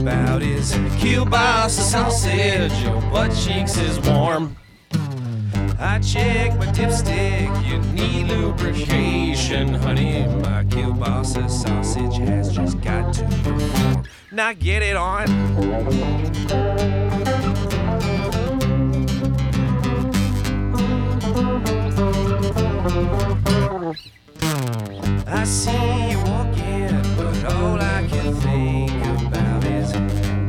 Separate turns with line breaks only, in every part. about is Cuba's a sausage, your butt cheeks is warm. I check my dipstick, you need lubrication, honey. My kielbasa sausage has just got to perform. Now get it on. I see you walking, but all I can think about is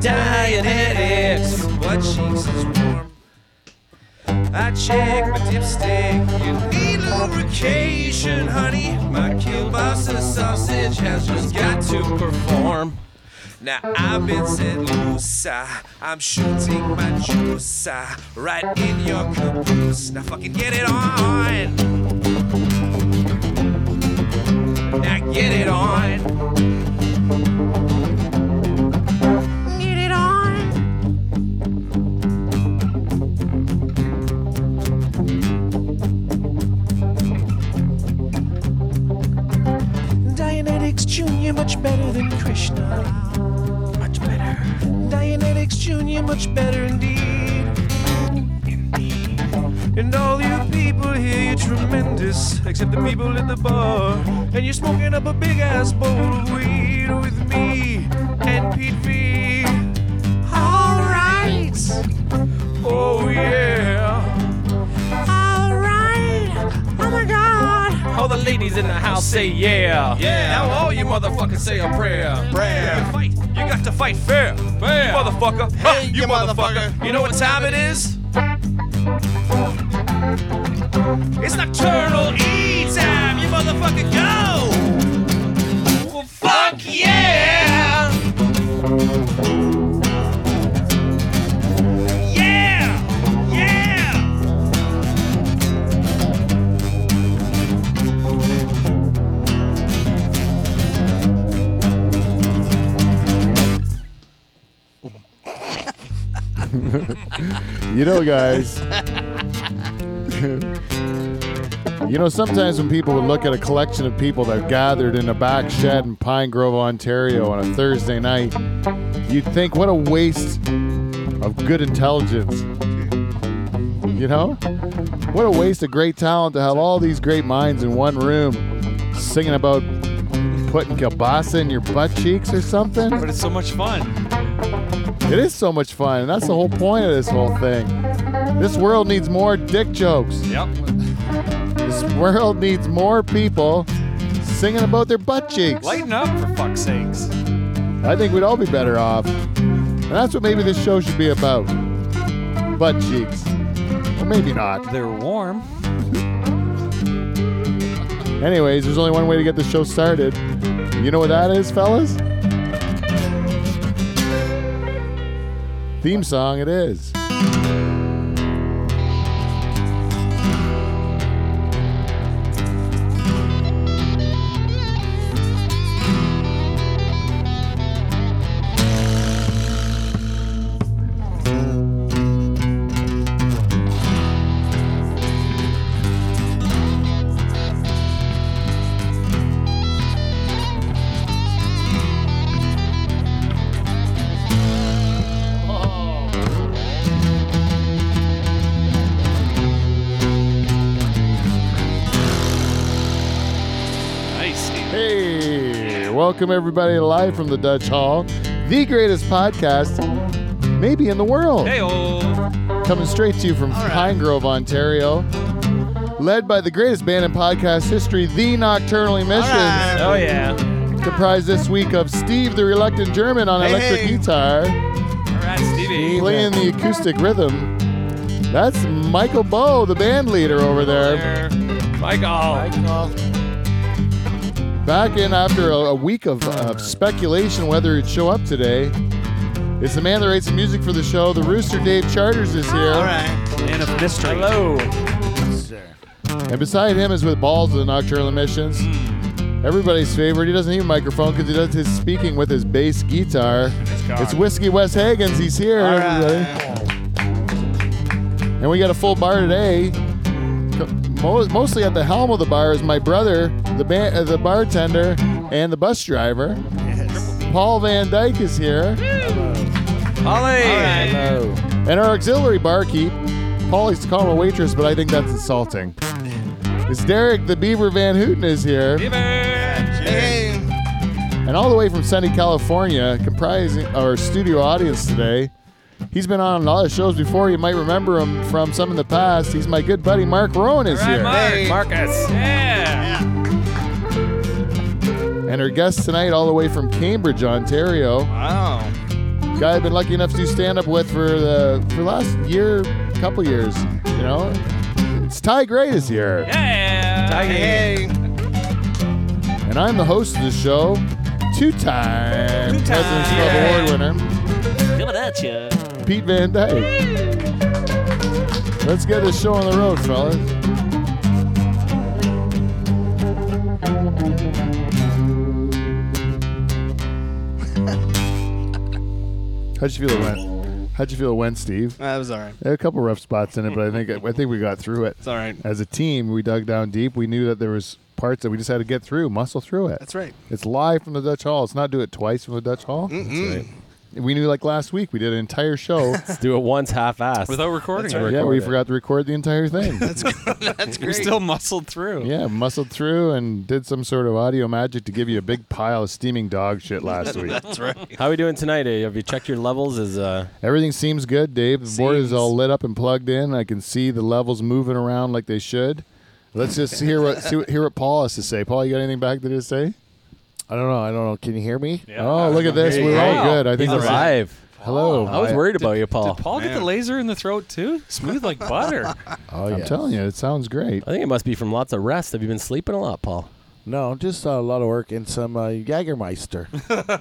dying headaches. Your butt cheeks is warm. I check my dipstick. You need lubrication, honey. My kielbasa sausage has just got to perform. Now I've been set loose. ah, I'm shooting my juice ah, right in your caboose. Now fucking get it on. Now get it on. Get it on. Dianetics Junior much better than Krishna. Much better. Dianetics Junior much better indeed. And all you people here, you're tremendous, except the people at the bar. And you're smoking up a big ass bowl of weed with me and Pete V. Alright! Oh yeah! Alright! Oh my god! All the ladies in the house say yeah. Yeah! Now all you motherfuckers say a prayer. Prayer! Fight! You got to fight fair! Fair! Motherfucker! Ha,
Hey,
you
you
motherfucker!
motherfucker.
You know what time it is? It's nocturnal E time, you motherfucker go! Well, fuck yeah! Yeah! Yeah!
You know, guys. you know, sometimes when people would look at a collection of people that gathered in a back shed in Pine Grove, Ontario on a Thursday night, you'd think, what a waste of good intelligence. You know? What a waste of great talent to have all these great minds in one room singing about putting kielbasa in your butt cheeks or something.
But it's so much fun.
It is so much fun, and that's the whole point of this whole thing. This world needs more dick jokes.
Yep.
This world needs more people singing about their butt cheeks.
Lighten up for fuck's sakes.
I think we'd all be better off. And that's what maybe this show should be about. Butt cheeks. Or maybe not.
They're warm.
Anyways, there's only one way to get the show started. You know what that is, fellas? Theme song it is.
Nice.
Hey, welcome everybody live from the Dutch Hall, the greatest podcast maybe in the world.
Hey, oh.
Coming straight to you from Pine Grove, Ontario, led by the greatest band in podcast history, the Nocturnal Emissions,
Oh, yeah.
comprised this week of Steve the Reluctant German on electric
hey.
guitar,
All right, Stevie.
playing the acoustic rhythm. That's Michael Bow, the band leader over there.
There. Michael.
Back in after a, a week of uh, speculation whether he'd show up today. It's the man that writes the music for the show. The Rooster Dave Charters is here.
Man of mystery. Hello.
And beside him is with balls of the Nocturnal Emissions. Everybody's favorite. He doesn't need a microphone because he does his speaking with his bass guitar. It's Whiskey Wes Hagens. He's here. everybody. And we got a full bar today. Mo- Mostly at the helm of the bar is my brother, the ba- uh, the bartender, and the bus driver. Paul Van Dyke is here.
Holly.
Hello. And our auxiliary barkeep, Paul used to call him a waitress, but I think that's insulting. It's Derek the Beaver Van Hooten is here. And all the way from sunny California, comprising our studio audience today. He's been on a lot of shows before. You might remember him from some in the past. He's my good buddy Mark Rowan is here.
Mark. Marcus. Yeah.
And our guest tonight, all the way from Cambridge, Ontario.
Wow.
guy I've been lucky enough to do stand up with for the for the last year, couple years. You know, it's Ty Gray is here,
Yeah.
Hey.
and I'm the host of the show, two-time
Two-time,
President's
yeah.
Club Award winner,
Coming at you.
Pete Van Dyke. Let's get this show on the road, fellas. How'd you feel it went? How'd you feel it went, Steve?
That was all right.
There are a couple rough spots in it, but I think I think we got through it.
It's all right.
As a team, we dug down deep. We knew that there was parts that we just had to get through, muscle through it.
That's right.
It's live from the Dutch Hall. It's not do it twice from the Dutch Hall.
Mm-mm.
We knew like last week we did an entire show.
Do it once half-assed.
Without recording
That's right.
yeah, we
Recorded.
forgot to record the entire thing.
That's
We
great.
still muscled through.
yeah, muscled through and did some sort of audio magic to give you a big pile of steaming dog shit last week.
That's right.
How are we doing tonight? Eh? Have you checked your levels? Is uh,
Everything seems good, Dave. The board is
Seems.
all lit up and plugged in. I can see the levels moving around like they should. Let's just hear what see, what- hear what Paul has to say. Paul, you got anything back to say?
I don't know. I don't know. Can you hear me?
Oh, look at this. We're all
Wow.
good. I think
he's
this is-
alive.
Hello. Oh,
I was worried about you, Paul.
Did Paul get the laser in the throat too? Smooth like butter.
Oh,
I'm
yes.
telling you, it sounds great.
I think it must be from lots of rest. Have you been sleeping a lot, Paul?
No, just uh, a lot of work and some uh, Jagermeister.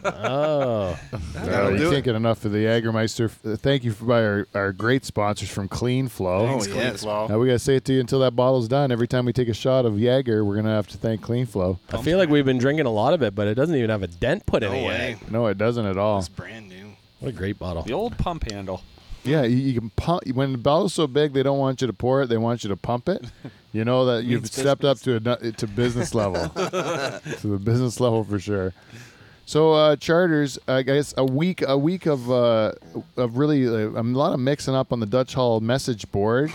Oh,
Uh,
That'll
you
do
can't
it.
get enough of the Jagermeister. Uh, Thank you for by our, our great sponsors from Clean Flow.
Oh, yes.
Now we gotta say it to you until that bottle's done. Every time we take a shot of Jager, we're gonna have to thank Clean Flow.
I feel like we've been drinking a lot of it, but it doesn't even have a dent put in
No
it. yet.
way.
No, it doesn't at all.
It's brand new.
What a great bottle.
The old pump handle.
Yeah, you, you can pump when the bottle's so big they don't want you to pour it; they want you to pump it. You know that you've stepped up to a nu- to business level, to the business level for sure. So uh, charters, I guess a week a week of uh, of really uh, a lot of mixing up on the Dutch Hall message board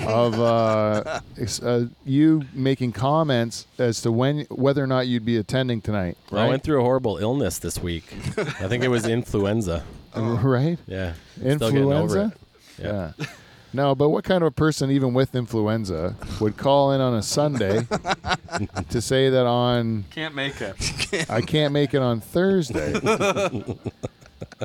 of uh, ex- uh, you making comments as to when whether or not you'd be attending tonight,
I
right?
went through a horrible illness this week. I think it was influenza.
right?
Yeah. I'm still getting over
Influenza?
it. Yeah.
Yeah. No, but what kind of a person, even with influenza, would call in on a Sunday to say that on
Can't make it.
I can't make it on Thursday?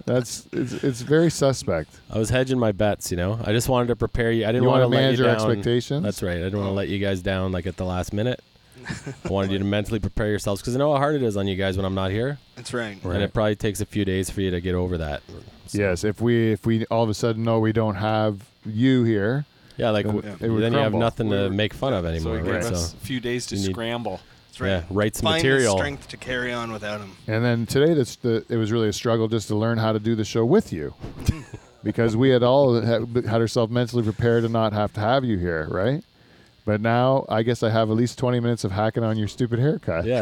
That's it's, it's very suspect.
I was hedging my bets, you know. I just wanted to prepare you. I didn't
You
want
wanna
to let
manage
you
your
down.
expectations? Oh.
That's right. I didn't want to let you guys down like at the last minute. I wanted you to mentally prepare yourselves because I know how hard it is on you guys when I'm not here,
That's right.
and
Right.
it probably takes a few days for you to get over that. So-
Yes, if we if we all of a sudden know we don't have you here,
Yeah, like
Then
w-
it would
then you have
crumble.
nothing
We
to
were-
make fun of anymore.
So it gave
right?
us
So
a few days to
you need-
scramble.
That's right.
yeah, writes
Find the
material.
strength to carry on without him.
and then today that's the it was really a struggle just to learn how to do the show with you, because we had all had had ourselves mentally prepared to not have to have you here, right? But now I guess I have at least twenty minutes of hacking on your stupid haircut.
Yeah,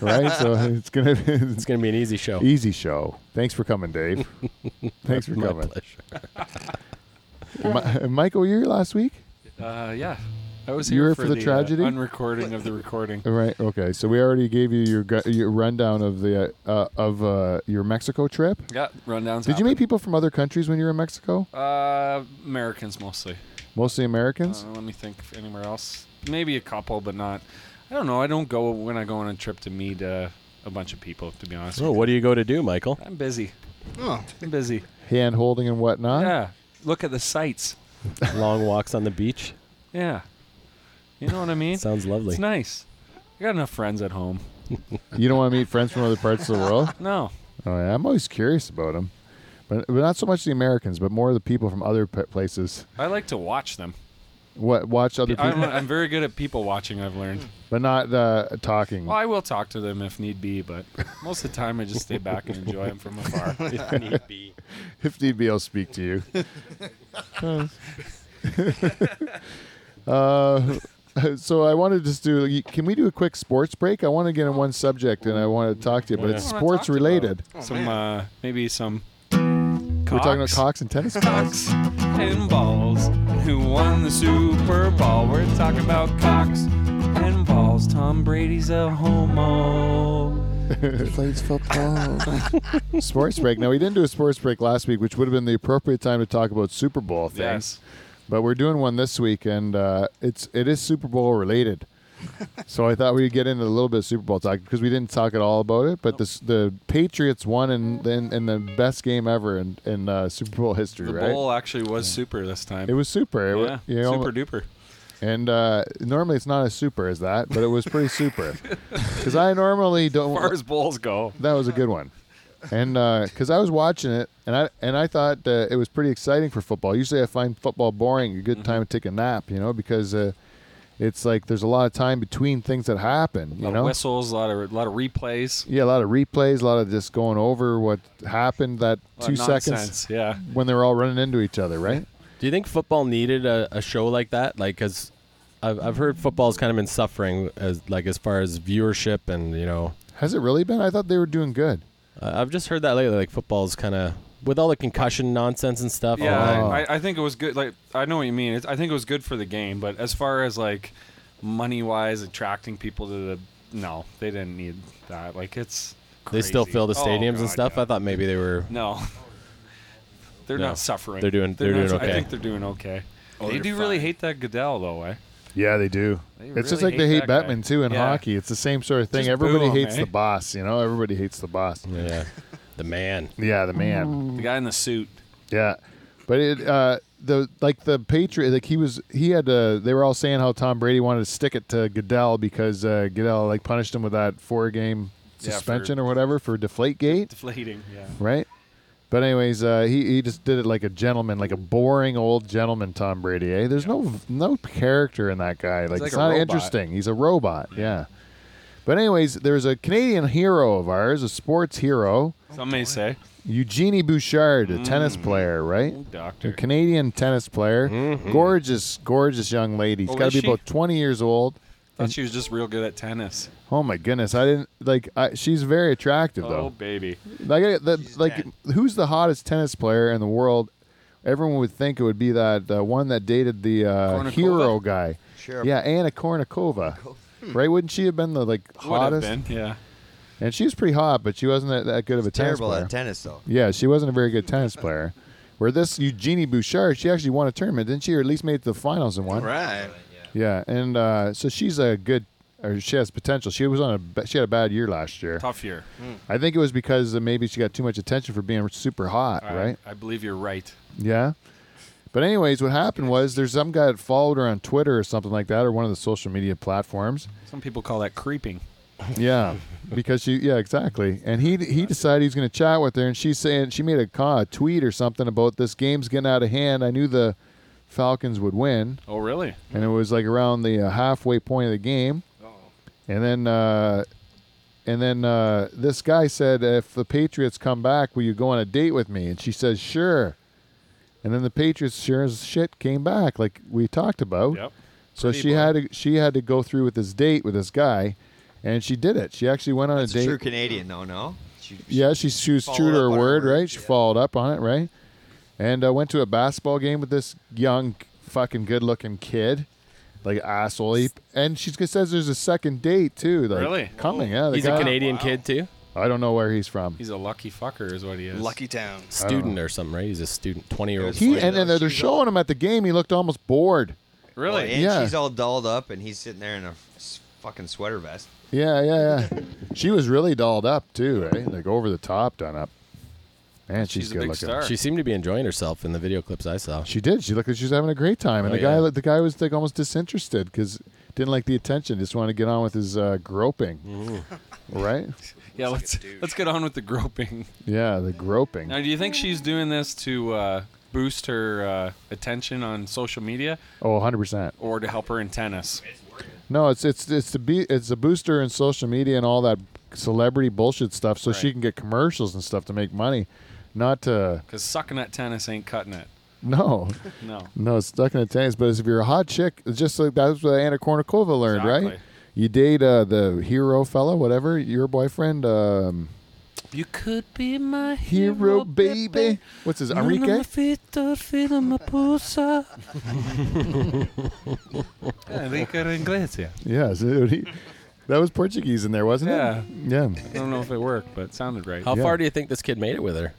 right? So it's gonna be
it's
it's
gonna be an easy show.
an easy show. Thanks for coming, Dave. Thanks for
My
coming,
pleasure.
Mi- uh, Michael. Were you here last week?
Uh, yeah. I was
You
here
were for the
uh,
tragedy?
unrecording of the recording.
All Right. Okay. So we already gave you your gu- your rundown of the uh, uh, of uh, your Mexico trip.
Yeah, rundowns.
Did you meet people from other countries when you were in Mexico?
Uh, Americans mostly.
Mostly Americans.
Uh, let me think of anywhere else. Maybe a couple, but not. I don't know. I don't go when I go on a trip to meet uh, a bunch of people. To be honest,
So, what do you go to do, Michael?
I'm busy.
Oh,
I'm busy.
Hand holding and whatnot.
Yeah. Look at the sights.
Long walks on the beach.
Yeah. You know what I mean?
Sounds lovely.
it's nice. I got enough friends at home.
You don't want to meet friends from other parts of the world.
No.
Oh, yeah. I'm always curious about them, but, but not so much the Americans, but more the people from other p- places.
I like to watch them.
What watch other people,
I'm, I'm very good at people watching, I've learned.
but not uh, talking.
Well, I will talk to them if need be, but most of the time I just stay back and enjoy them from afar.
If need be, I'll speak to you. uh, so I wanted to just do. Can we do a quick sports break? I want to get in one subject, and I want to talk to you, but
Yeah.
it's
I wanna
sports
talk to you
related.
Some uh, maybe some
We're talking about
Cox.
cocks and tennis.
Cox and balls. Who won the Super Bowl? We're talking about Cox and balls. Tom Brady's a homo.
plays football.
sports break. Now we didn't do a sports break last week, which would have been the appropriate time to talk about Super Bowl things.
Yes.
But we're doing one this week, and uh, it's it is Super Bowl related. so I thought we'd get into a little bit of Super Bowl talk because we didn't talk at all about it. But this, the Patriots won in, in in the best game ever in in uh, Super Bowl history,
The
right?
bowl actually was super this time.
It was super. It wa-
yeah,
you know,
super duper.
and uh, normally it's not as super as that, but it was pretty super. Because I normally don't.
As far as bowls go,
That was a good one. And because I was watching it, and I and I thought uh, it was pretty exciting for football. Usually, I find football boring. A
Mm-hmm.
good time to take a nap, you know, because uh, it's like there's a lot of time between things that happen.
a
You
lot
know,
of whistles, a lot of a lot of replays,
yeah, a lot of replays, a lot of just going over what happened that
a lot
two
of
seconds
nonsense, Yeah,
when they were all running into each other, right?
Do you think football needed a, a show like that? Like, because I've, I've heard football's kind of been suffering as like as far as viewership and you know
Has it really been? I thought they were doing good.
I- I've just heard that lately. Like football's kind of with all the concussion nonsense and stuff.
yeah.
Oh.
I, I think it was good. Like I know what you mean. It's, I think it was good for the game, but as far as like money wise, attracting people to the no, they didn't need that. Like it's
they still
crazy.
fill the
Oh,
stadiums and
God,
stuff.
yeah.
I thought maybe they were.
No. They're
No.
not suffering.
They're doing- they're
not-
doing
I
okay.
think they're doing okay.
Oh,
they
they're
do really
fine.
hate that Goodell though, eh?
Yeah, they do.
They
it's just
really
like they
hate
hate
that
Batman
guy.
too in
Yeah.
hockey. It's the same sort of thing.
Just boo
Everybody
him,
hates
eh?
the boss. You know, everybody hates the boss.
Yeah, the man.
Yeah, the man.
The guy in the suit.
Yeah, but it uh the like the Patriot like he was he had uh they were all saying how Tom Brady wanted to stick it to Goodell because uh, Goodell like punished him with that four game
Yeah, for-
suspension or whatever for deflate gate,
Deflating. Yeah.
right? But anyways, uh, he he just did it like a gentleman, like a boring old gentleman, Tom Brady. Eh? There's no no character in that guy. Like,
like
it's
a
not
robot.
interesting. He's a robot. Yeah. But anyways, there's a Canadian hero of ours, a sports hero,
Some may say.
Eugenie Bouchard, a tennis
Mm.
player, right? A
Doctor.
Canadian tennis player, gorgeous, gorgeous young lady. She's
Mm-hmm. Oh,
got
is
to be
she?
about twenty years old.
Thought she was just real good at tennis.
Oh my goodness, I didn't like. I, she's very attractive
Oh
though.
baby.
Like, I- the, like,
dead.
who's the hottest tennis player in the world? Everyone would think it would be that uh, one that dated the uh,
Kornikova?
hero guy.
Sure.
Yeah, Anna Kournikova. Right? Wouldn't she have been the like
Would have
hottest?
been. Yeah.
And she was pretty hot, but she wasn't that, that good of a tennis
Terrible
player.
at tennis though.
Yeah, she wasn't a very good tennis player. Where this Eugenie Bouchard, she actually won a tournament, didn't she? Or at least made it to the finals and won.
Right.
Yeah, and uh, so she's a good, or she has potential. She was on a, ba- she had a bad year last year.
Tough year.
Hmm.
I think it was because uh, maybe she got too much attention for being super hot,
I-
right?
I believe you're right.
Yeah. But anyways, what happened was there's some guy that followed her on Twitter or something like that, or one of the social media platforms.
Some people call that creeping.
Yeah, because she, yeah, exactly. And he he decided he's going to chat with her, and she's saying she made a, co- a tweet or something about this game's getting out of hand. I knew the Falcons would win,
Oh really?
and it was like around the uh, halfway point of the game, and then uh, and then uh, this guy said, "If the Patriots come back, will you go on a date with me?" And she says, "Sure." And then the Patriots, sure as shit, came back like we talked about.
Yep.
So
Pretty
she
boy.
had to, she had to go through with this date with this guy, and she did it. She actually went on
It's
a
a
date.
true Canadian though, no? She-
yeah, she, she was true
Followed
to her
up on her
word,
word,
right? She
yeah.
followed up on it, right? And uh, went to a basketball game with this young, fucking good-looking kid, like asshole. He, and she says there's a second date too. Like,
Really?
Coming? Yeah. the
Oh. He's a
guy-
Canadian kid too.
I don't know where he's from.
He's a lucky fucker, is what he is.
Lucky town.
Student or something, right? He's a student, twenty year old.
He
Like,
and, and
though,
they're
she's
showing him at the game. He looked almost bored.
Well,
Really?
and
Yeah.
she's all dolled up, and he's sitting there in a s- fucking sweater vest.
Yeah, yeah, yeah. she was really dolled up too, right? Like over the top, done up. Man, she's,
She's a
good
big
looking.
star.
She seemed to be enjoying herself in the video clips I saw.
She did. She looked like she was having a great time, and
Oh,
the guy,
yeah.
the guy was like almost disinterested because didn't like the attention. Just wanted to get on with his uh, groping, right?
yeah. Let's let's get on with the groping.
Yeah, the groping.
Now, do you think she's doing this to uh, boost her uh, attention on social media
Oh, 100 percent.
or to help her in tennis?
No, it's it's it's the be it's a booster in social media and all that celebrity bullshit stuff, so she
Right.
can get commercials and stuff to make money. Not to
Because sucking at tennis ain't cutting it.
no,
No.
no, it's stuck in the tanks. But if you're a hot chick, it's just like that's what Anna Kournikova learned, right?
Exactly.
You date uh, the hero fella, whatever your boyfriend. Um,
You could be my
Hero baby. What's his Enrique?
Enrique Iglesias.
Yeah, so he, that was Portuguese in there, wasn't
Yeah.
it? Yeah.
I don't know if it worked, but it sounded right.
How
Yeah.
far do you think this kid made it with her?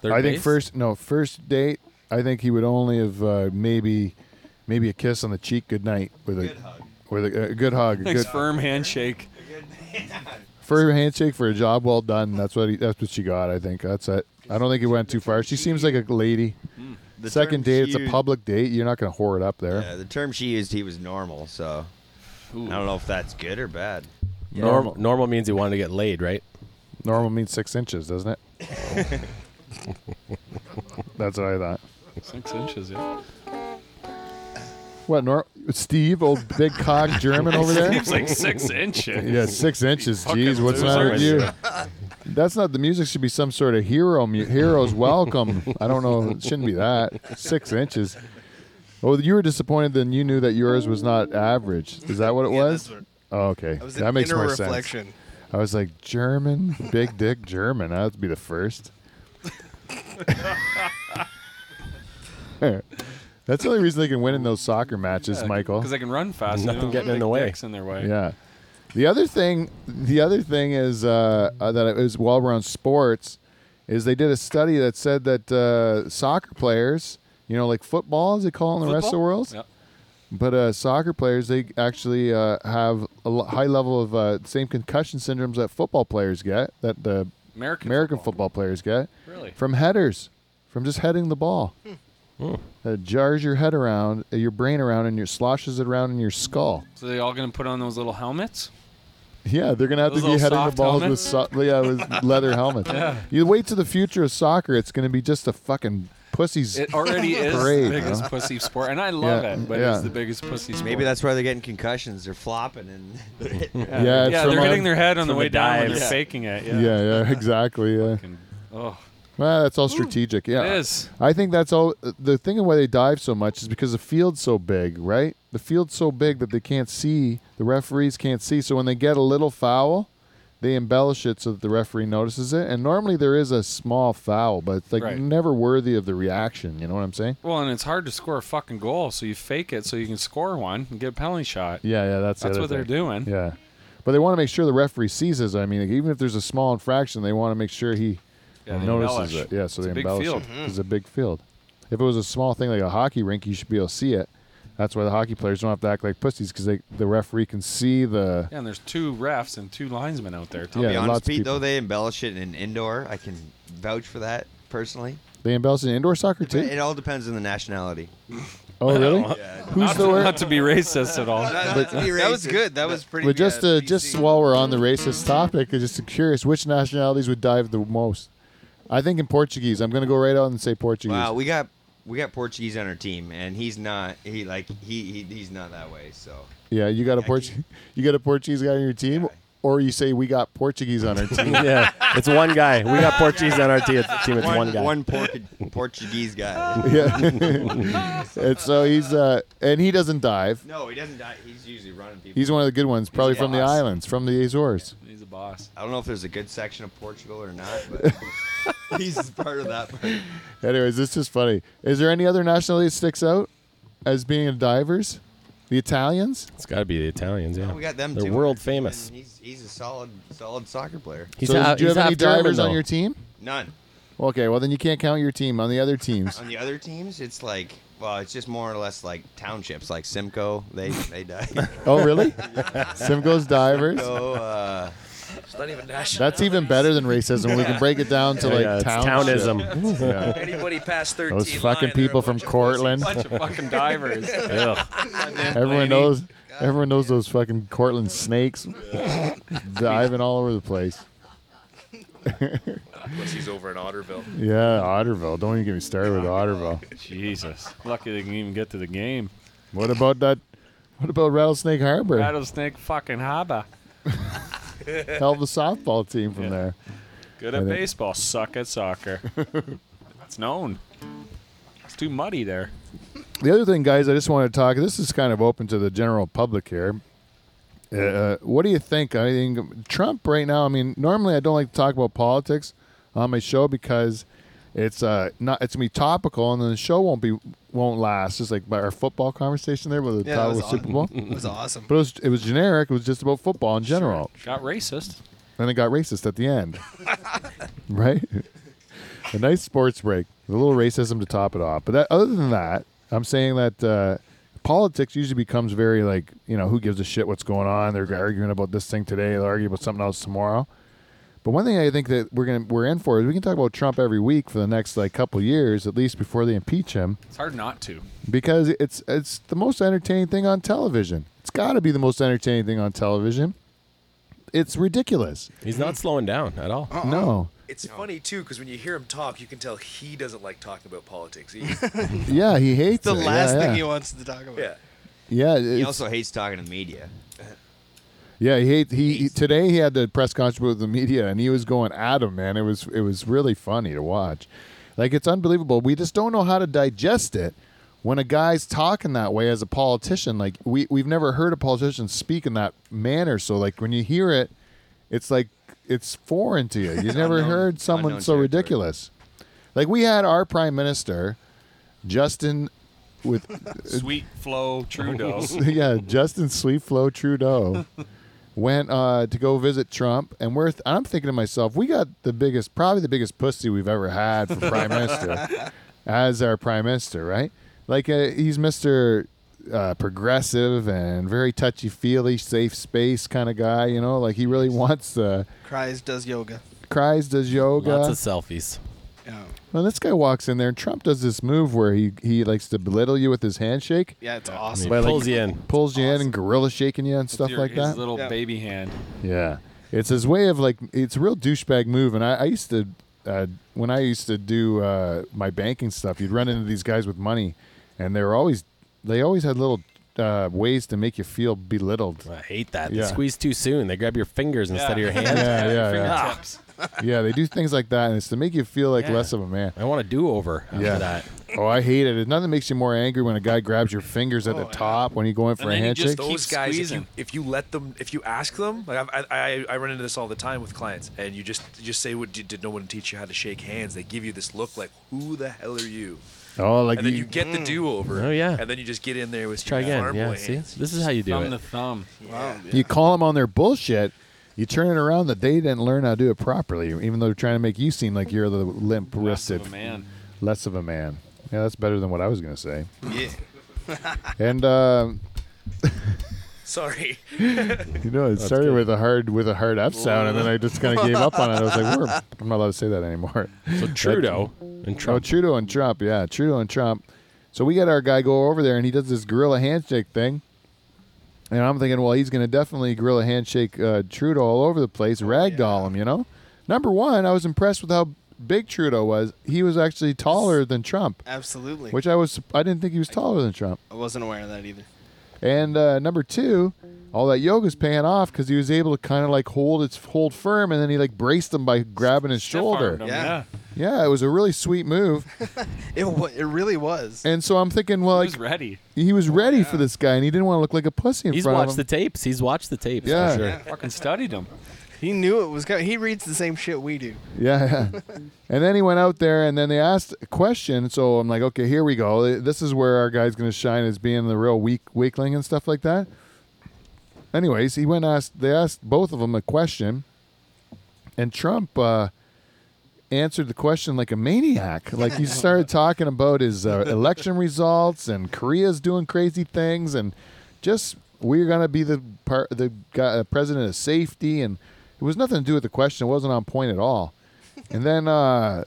Third
I think
base?
first no first date. I think he would only have uh, maybe maybe a kiss on the cheek, good night with a with a, a good hug, a
Nice
good
firm handshake.
firm handshake for a job well done. That's what he, that's what she got. I think that's it. I don't think he went too far. She seems like a lady.
The
Second
term
date,
she
it's a
used-
public date. You're not going to whore it up there.
Yeah, the term she used, he was normal. So I don't know if that's good or bad.
Normal, normal means he wanted to get laid, right?
Normal means six inches, doesn't it? that's what I thought.
Six inches, yeah.
What, nor- Steve, old big cock German over there?
Seems like six inches.
Yeah, six inches.
fucking
Jeez, what's not with you?
loser.
That's not the music. Should be some sort of hero. Mu- heroes welcome. I don't know. It shouldn't be that. Six inches. Oh, you were disappointed. Then you knew that yours was not average. Is that what it
Yeah,
was?
that's what-
Oh, okay,
That was an
that makes
inner
more sense.
reflection.
I was like German, big dick German. That'd be the first. That's the only reason they can win in those soccer matches, Michael.
Because I can run fast.
Nothing
I don't
getting
have
in the
big
way.
dicks in their way.
Yeah. The other thing, the other thing is uh, uh, that it was while we're on sports, is they did a study that said that uh, soccer players, you know, like football, as they call it in the rest of the
Football?
world,
Yep.
but uh, soccer players they actually uh, have a l- high level of uh, same concussion syndromes that football players get, that the
American,
American football, players get,
Really?
from headers, from just heading the ball.
Hmm.
That jars your head around, uh, your brain around, and your sloshes it around in your skull.
So they all gonna put on those little helmets?
Yeah, they're gonna have
Those
to be
little
heading the
soft
balls with so- yeah with leather helmets. You wait to the future of soccer; it's gonna be just a fucking pussies.
It already is
Parade,
the biggest
huh?
pussy sport, and I love
Yeah,
it, but
yeah.
it's the biggest pussy sport.
Maybe that's why they're getting concussions. They're flopping and
yeah, it's
yeah,
from
they're
a-
hitting their head on the way down when
dives.
they're faking it. Yeah.
yeah, yeah, exactly. Yeah,
Oh,
well, that's all strategic. Yeah,
it is.
I think that's all. uh, The thing of why they dive so much is because the field's so big, right? The field's so big that they can't see. The referees can't see. So when they get a little foul, they embellish it so that the referee notices it. And normally there is a small foul, but it's like
Right.
never worthy of the reaction. You know what I'm saying?
Well, and it's hard to score a fucking goal, so you fake it so you can score one and get a penalty shot.
Yeah, yeah, that's the
That's
other
what they're
thing.
doing.
Yeah, but they want to make sure the referee sees it. I mean, like, even if there's a small infraction, they want to make sure he
Yeah, they
notices
embellish.
it. Yeah, so
It's
they
a big
embellish
field.
it.
Mm-hmm.
It's a big field. If it was a small thing like a hockey rink, you should be able to see it. That's why the hockey players don't have to act like pussies because the referee can see the.
Yeah, and there's two refs and two linesmen out there.
I'll
Yeah,
be
lots
honest,
of
Pete,
people.
though they embellish it in indoor, I can vouch for that personally.
They embellish in indoor soccer
But it
too.
all depends on the nationality.
Oh, really? Who's the wor-
Not to be racist at all.
that was good. That was pretty.
But just
uh,
uh, just
PC.
while we're on the racist topic, I'm just curious which nationalities would dive the most. I think in Portuguese. I'm going to go right out and say Portuguese.
Wow, we got we got Portuguese on our team, and he's not. He like he, he he's not that way. So
Yeah, you got a
I
Portu- you got a Portuguese guy on your team, or you say we got Portuguese on our team.
yeah, it's one guy. We got Portuguese on our te- team. It's one guy.
one Por- Portuguese guy.
yeah, and so he's uh, and he doesn't dive.
No, he doesn't. Die. He's usually running people.
He's one of the good ones, probably from the
boss.
islands, from the Azores.
He's a boss.
I don't know if there's a good section of Portugal or not, but he's part of that. Part.
Anyways, this is funny. Is there any other nationality that sticks out as being divers? The Italians?
It's got to be the Italians. Yeah,
We got them.
They're
too,
world
and
famous.
He's, he's a solid solid soccer player.
He's
so
half-
do you
he's
have any
half German,
divers on
though.
your team?
None
Okay, well then you can't count your team on the other teams.
on the other teams. It's like well, it's just more or less like townships, like Simcoe. They they die.
Oh really? Simcoe's divers.
so uh,
It's not even national.
That's even better than racism. We can break it down to like
Yeah, it's
township.
townism.
Yeah.
Anybody past 13
Those
line,
fucking
they're a
people
bunch
from
of pussies.
Cortland.
Bunch of fucking divers.
Ugh.
Everyone knows. Everyone knows those fucking Cortland snakes diving all over the place.
Plus, he's over in Otterville.
Yeah, Otterville. Don't even get me started with Otterville.
Jesus. Lucky they can even get to the game.
What about that? What about Rattlesnake Harbor?
Rattlesnake fucking haba.
Hell of a softball team from
Yeah.
there.
Good
I
at
think-
baseball. Suck at soccer. it's known. It's too muddy there.
The other thing, guys, I just want to talk. This is kind of open to the general public here. Uh, what do you think? I think Trump right now. I mean, normally I don't like to talk about politics on my show because it's uh not it's gonna be topical, and then the show won't be won't last. Just like by our football conversation there with the
Yeah, that
title
was
of Super Bowl,
It was awesome.
but it was it was generic. It was just about football in general.
Got racist.
Then it got racist at the end, right? a nice sports break, a little racism to top it off. But that, other than that, I'm saying that uh, politics usually becomes very like you know who gives a shit what's going on. They're arguing about this thing today. They'll argue about something else tomorrow. But one thing I think that we're gonna we're in for is we can talk about Trump every week for the next like couple years at least before they impeach him
It's hard not to.
because it's it's the most entertaining thing on television. It's got to be the most entertaining thing on television. It's ridiculous.
He's not slowing down at all.
No.
It's funny too because when you hear him talk, you can tell he doesn't like talking about politics. Either.
Yeah, he hates
The
it. Yeah,
last
yeah.
thing he wants to talk about.
yeah,
Yeah,
He
it's-
also hates talking to the media.
yeah. He hate he, he- today he had the press conference with the media and he was going at him, man. It was it was really funny to watch. Like it's unbelievable. We just don't know how to digest it when a guy's talking that way as a politician. Like we we've never heard a politician speak in that manner. So like when you hear it, it's like it's foreign to you. You've never
Unknown-
heard someone
unknown
so
territory.
ridiculous. Like we had our prime minister, Justin, with
Sweet flow Trudeau.
yeah, Justin Sweet Flow Trudeau went uh, to go visit Trump, and we're th- I'm thinking to myself, we got the biggest, probably the biggest pussy we've ever had for prime minister as our prime minister, right? Like uh, he's Mister uh, progressive and very touchy feely, safe space kind of guy, you know. Like he really wants uh,
Cries does yoga. Um,
cries, does yoga.
Lots of selfies.
Yeah.
well, this guy walks in there, and Trump does this move where he he likes to belittle you with his handshake.
Yeah, it's
He
awesome.
But, like,
pulls you in.
Pulls you in and gorilla shaking you and stuff
Your-
like
his
that.
little
Yeah.
baby hand.
Yeah, it's his way of like it's a real douchebag move. And I, I used to uh, when I used to do uh, my banking stuff, you'd run into these guys with money, and they were always they always had little uh, ways to make you feel belittled.
I hate that.
Yeah.
They squeeze too soon. They grab your fingers instead of your
Yeah.
hands.
Yeah, yeah, yeah.
Fingertips.
yeah. They do things like that, and it's to make you feel like
Yeah.
less of a man.
I want a do over after
Yeah.
that.
Oh, I hate it. Nothing makes you more angry when a guy grabs your fingers at the top when you go in for
And
a
then you just
handshake.
Keep
those guys. If you,
squeezing.
if you let them, if you ask them, like I've- I, I, I run into this all the time with clients, and you just you just say, "What did, did no one teach you how to shake hands?" They give you this look like, "Who the hell are you?"
oh, like
And then you get the do over.
Oh, yeah.
And then you just get in there with
Try
your
again.
Harmful
Yeah, see?
hands.
This is how you do
Thumb
it.
to thumb.
You call them on their bullshit. You turn it around that they didn't learn how to do it properly, even though they're trying to make you seem like you're the limp wristed,
Massive man.
less of a man. Yeah, that's better than what I was going to say.
Yeah.
And uh,
Sorry.
you know, it started with a hard with a hard F sound, and then I just kind of gave up on it. I was like, We're, I'm not allowed to say that anymore.
So Trudeau and
Oh,
Trump.
Trudeau and Trump, yeah, Trudeau and Trump. So we got our guy go over there, and he does this gorilla handshake thing. And I'm thinking, well, he's going to definitely gorilla handshake uh, Trudeau all over the
Oh,
place, ragdoll him, you know. Number one, I was impressed with how big Trudeau was. He was actually taller than Trump,
Absolutely.
which I was. I didn't think he was taller than Trump.
I wasn't aware of that either.
And uh, number two, all that yoga's paying off because he was able to kind of like hold its hold firm, and then he like braced him by grabbing his shoulder.
Stiff-armed him,
Yeah.
yeah.
Yeah, it was a really sweet move.
It wa- it really was.
and so I'm thinking, well,
He
like,
was ready.
He was ready for this guy, and he didn't want to look like a pussy in
He's
front
watched
of
the
him.
tapes. He's watched the tapes
Yeah.
for sure.
Yeah.
Fucking studied him.
He knew it was coming. He reads the same shit we do.
yeah, yeah. and then he went out there, and then they asked a question. So I'm like, okay, here we go. This is where our guy's going to shine as being the real weak weakling and stuff like that. Anyways, he went and asked. They asked both of them a question, and Trump uh, answered the question like a maniac. Like he started talking about his uh, election results and Korea's doing crazy things and just we're gonna be the par- the guy, uh, president of safety and it was nothing to do with the question. It wasn't on point at all. And then uh,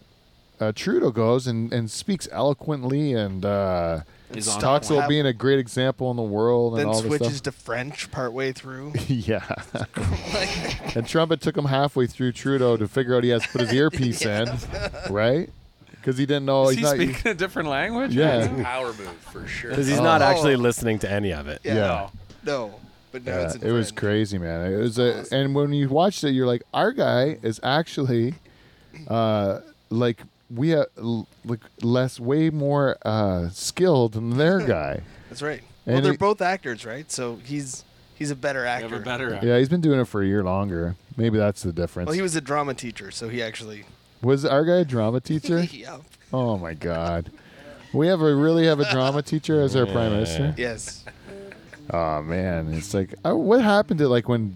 uh, Trudeau goes and, and speaks eloquently and uh,
Is on
talks
point.
about being a great example in the world and
Then
all
switches
this stuff.
to French partway through.
yeah. and Trump it took him halfway through Trudeau to figure out he has to put his earpiece in, right? Because he didn't know
Is
Oh, he's
he
not.
speaking a different language?
yeah.
Power move for sure.
Because he's not
Oh.
actually listening to any of it.
Yeah.
Yeah.
No. But now
Yeah,
it's in
it was
French.
crazy, man. It was a, and when you watched it, you're like, our guy is actually, uh, like we have like less, way more uh skilled than their guy.
That's right. Well,
And
they're
it-
both actors, right? So he's He's a better
You
actor.
have a better
Yeah, he's been doing it for a year longer. Maybe that's the difference.
Well, he was a drama teacher, so he actually.
Was our guy a drama teacher?
yeah.
oh my god. We have a really have a drama teacher as our prime minister.
Yes.
Oh man, it's like uh, what happened to like when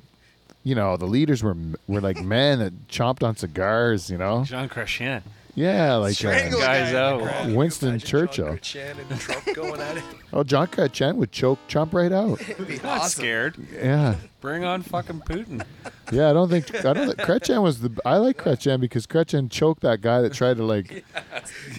you know the leaders were were like men that chomped on cigars, you know?
Jean Chrétien.
Yeah, like
Strangle
uh,
Guys oh,
guy.
out.
Can you
Winston
imagine
Churchill.
John Chan and Trump going at it.
oh John Chen would choke chomp right out.
It'd be
Not
awesome.
scared.
Yeah,
Bring on fucking Putin.
yeah. I don't think I don't. Think, Kretchen was the I like Kretchen because Kretchen choked that guy that tried to like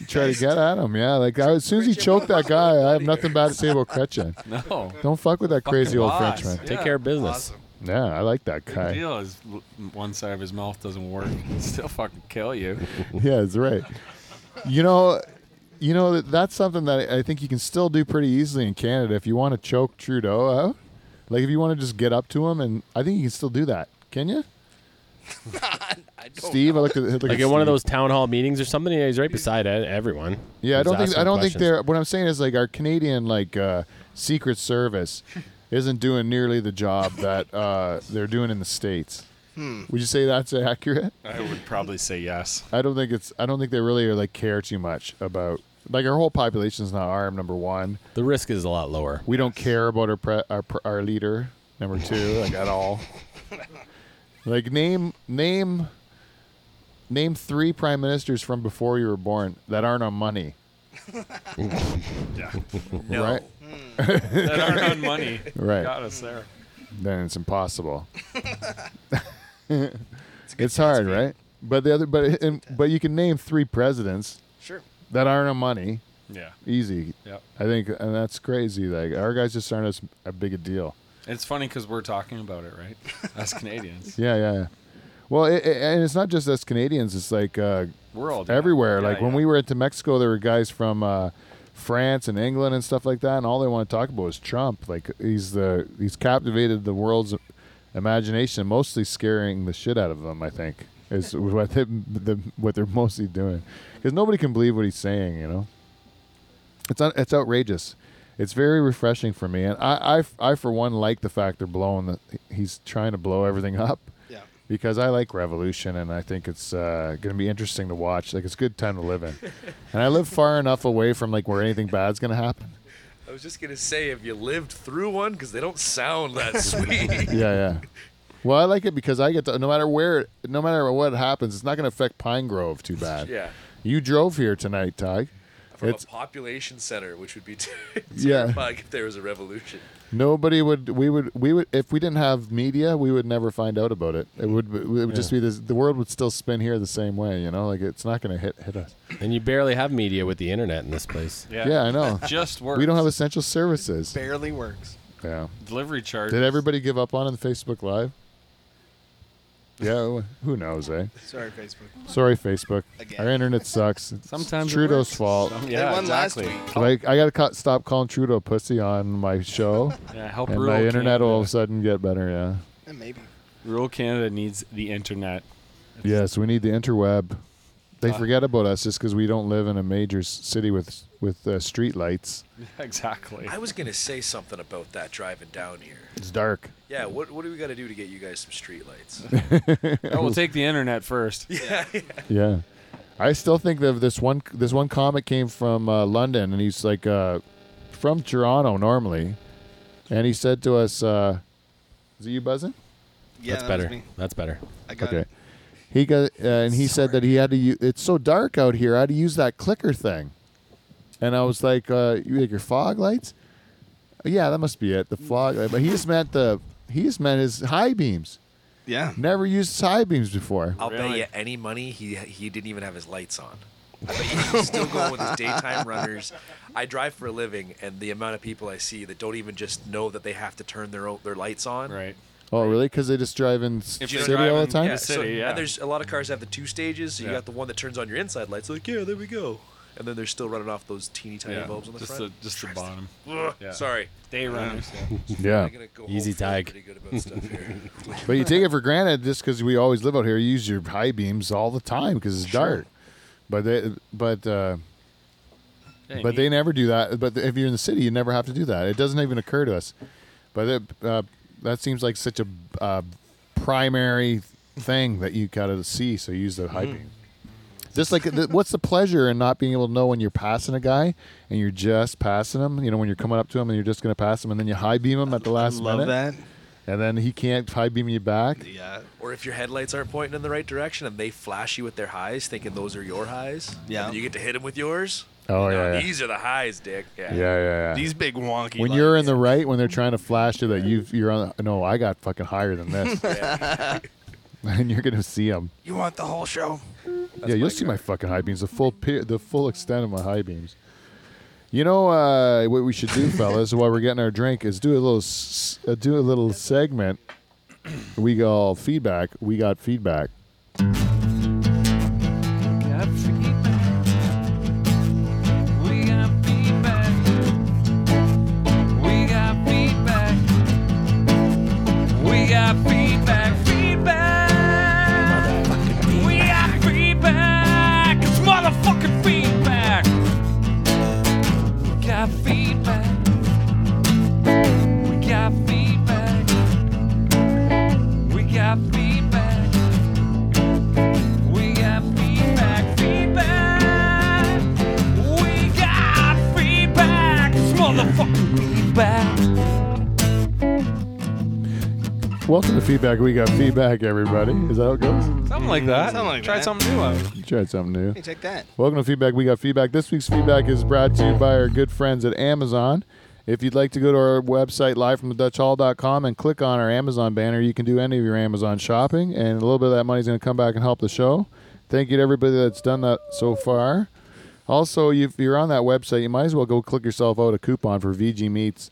try to get at him. Yeah, like I, as soon as he choked that guy, I have nothing bad to say about Kretchen.
No.
Don't fuck with that crazy old
boss.
Frenchman.
Take
Yeah.
care of business.
Awesome.
Yeah, I like that
The
guy.
deal is l- one side of his mouth doesn't work. It'll still fucking kill you.
Yeah, that's right. You know, you know that- that's something that I I think you can still do pretty easily in Canada if you want to choke Trudeau out. Like if you want to just get up to him, and I think you can still do that. Can you,
I don't
Steve? I looked at, looked
Like
at
at one of
Steve.
those town hall meetings or something, yeah, he's right beside e- everyone.
Yeah, I
He's
don't think
asking
I don't think
questions.
they're. What I'm saying is like our Canadian like uh, Secret Service isn't doing nearly the job that uh, they're doing in the states.
Hmm.
Would you say that's accurate?
I would probably say yes.
I don't think it's. I don't think they really are like care too much about like our whole population's not armed. Number one,
The risk is a lot lower.
we don't care about our pre- our pr- our leader. Number two, like at all. Like name name name three prime ministers from before you were born that aren't on money.
Yeah. Oh.
No.
Right.
that aren't on money.
Right.
Got us there.
then it's impossible. it's hard, right? But the other, but and, but you can name three presidents
Sure.
that aren't on money.
Yeah.
Easy,
Yep.
I think, and that's crazy. Like our guys just aren't as a big a deal.
It's funny because we're talking about it, right? Us Canadians.
Yeah, yeah. yeah. Well, it, it- and it's not just us Canadians. It's like uh,
We're all doing it.
everywhere.
Yeah,
like when
yeah.
we were into Mexico, there were guys from uh, France and England and stuff like that, and all they want to talk about is Trump. Like he's the he's captivated the world's imagination, mostly scaring the shit out of them. I think is what they, the, what they're mostly doing because nobody can believe what he's saying. You know, it's un, it's outrageous. It's very refreshing for me, and I, I, I for one like the fact they're blowing. The, he's trying to blow everything up
Yeah.
because I like revolution and I think it's uh, going to be interesting to watch. Like it's a good time to live in, and I live far enough away from like where anything bad's going to happen.
I was just gonna say, have you lived through one? Because they don't sound that sweet.
Yeah, yeah. Well, I like it because I get to no matter where, no matter what happens, it's not going to affect Pine Grove too bad.
yeah.
You drove here tonight, Tig.
From
It's-
a population center, which would be ter-
Yeah.
terrifying if there was a revolution.
Nobody would. We would. We would. If we didn't have media, we would never find out about it. It would. It would just be this. The world would still spin here the same way. You know, like it's not going to hit hit us.
And you barely have media with the internet in this place.
Yeah.
yeah I know.
Just work.
We don't have essential services.
Barely works.
Yeah.
delivery charge.
Did everybody give up on it on Facebook Live? Yeah, wh- who knows, eh?
Sorry, Facebook.
Sorry, Facebook.
Again.
Our internet sucks. It's
Sometimes it
Trudeau's
works.
fault.
Yeah,
they won
exactly.
last week.
Like I gotta co- stop calling Trudeau a pussy on my show,
Yeah, help
and
rural
my internet
Canada.
will all of a sudden get better. Yeah.
Eh, maybe.
Rural Canada needs the internet.
Yes, we need the interweb. They forget about us just because we don't live in a major s- city with with uh, street lights.
exactly.
I was gonna say something about that driving down here.
It's dark.
Yeah, what what do we got to do to get you guys some streetlights?
Oh, we'll take the internet first.
Yeah. I still think that this one this one comic came from uh, London and he's like uh, from Toronto normally. And he said to us, uh, is it you buzzing?
Yeah,
That's
that was
better.
me.
That's better.
I got it.
He got uh, and he said that he had to u- it's so dark out here. I had to use that clicker thing. And I was like, uh, you like your fog lights? Yeah, that must be it. The fog light. But he just meant the he just meant his high beams.
Yeah.
Never used his high beams before.
I'll bet
Really?
you any money he he didn't even have his lights on. I bet you he's still going with his daytime runners. I drive for a living, and the amount of people I see that don't even just know that they have to turn their own, their lights on.
Right.
Oh, really? Because they just drive in s-
If
city
you're
all the
driving-
time.
yeah.
so-
city,
And there's a lot of cars have the two stages. So you
Yeah.
got the one that turns on your inside lights, like yeah, there we go, and then they're still running off those teeny tiny
Yeah.
bulbs on the
just
front.
the just the bottom.
Ugh,
yeah.
Sorry,
Day runners.
yeah.
I'm gonna go
Easy
home feeling
tag.
Pretty good about stuff here.
But you take it for granted just because we always live out here. You use your high beams all the time because it's dark. But they, but uh, but they never do that. But if you're in the city, you never have to do that. It doesn't even occur to us. But it, uh, that seems like such a uh, primary thing that you gotta see. So use the high beam. Just like the, what's the pleasure in not being able to know when you're passing a guy and you're just passing him? You know when you're coming up to him and you're just gonna pass him, and then you high beam him at the last
Love
minute,
that.
and then he can't high beam you back.
Yeah.
Or if your headlights aren't pointing in the right direction and they flash you with their highs, thinking those are your highs. and
Yeah.
then you get to hit them with yours.
Oh
You know,
yeah, yeah,
These are the highs, dick. Yeah.
yeah, yeah. yeah.
These big wonky.
when
lights.
you're in the right, when they're trying to flash you that you you're on, no, I got fucking higher than this, and you're gonna see them.
you want the whole show.
yeah, you'll see my fucking high beams, the full pe- the full extent of my high beams. You know uh, what we should do, fellas, while we're getting our drink, is do a little s- uh, do a little segment. We call feedback. We got feedback.
Got feedback. We got feedback. We got feedback. We got feedback. Feedback. We got feedback. It's motherfucking feedback. We got feedback. We got feedback. We got feedback. We got feedback, feedback. We got feedback. It's motherfucking feedback.
Welcome to feedback. We got feedback, everybody. Is that how it goes?
Something like that.
Something like
Try
that.
something new out.
You tried something new.
Hey, take that.
Welcome to Feedback. We got feedback. This week's feedback is brought to you by our good friends at Amazon. If you'd like to go to our website, livefromthedutchhall.com, and click on our Amazon banner, you can do any of your Amazon shopping, and a little bit of that money is going to come back and help the show. Thank you to everybody that's done that so far. Also, if you're on that website, you might as well go click yourself out a coupon for VG Meats.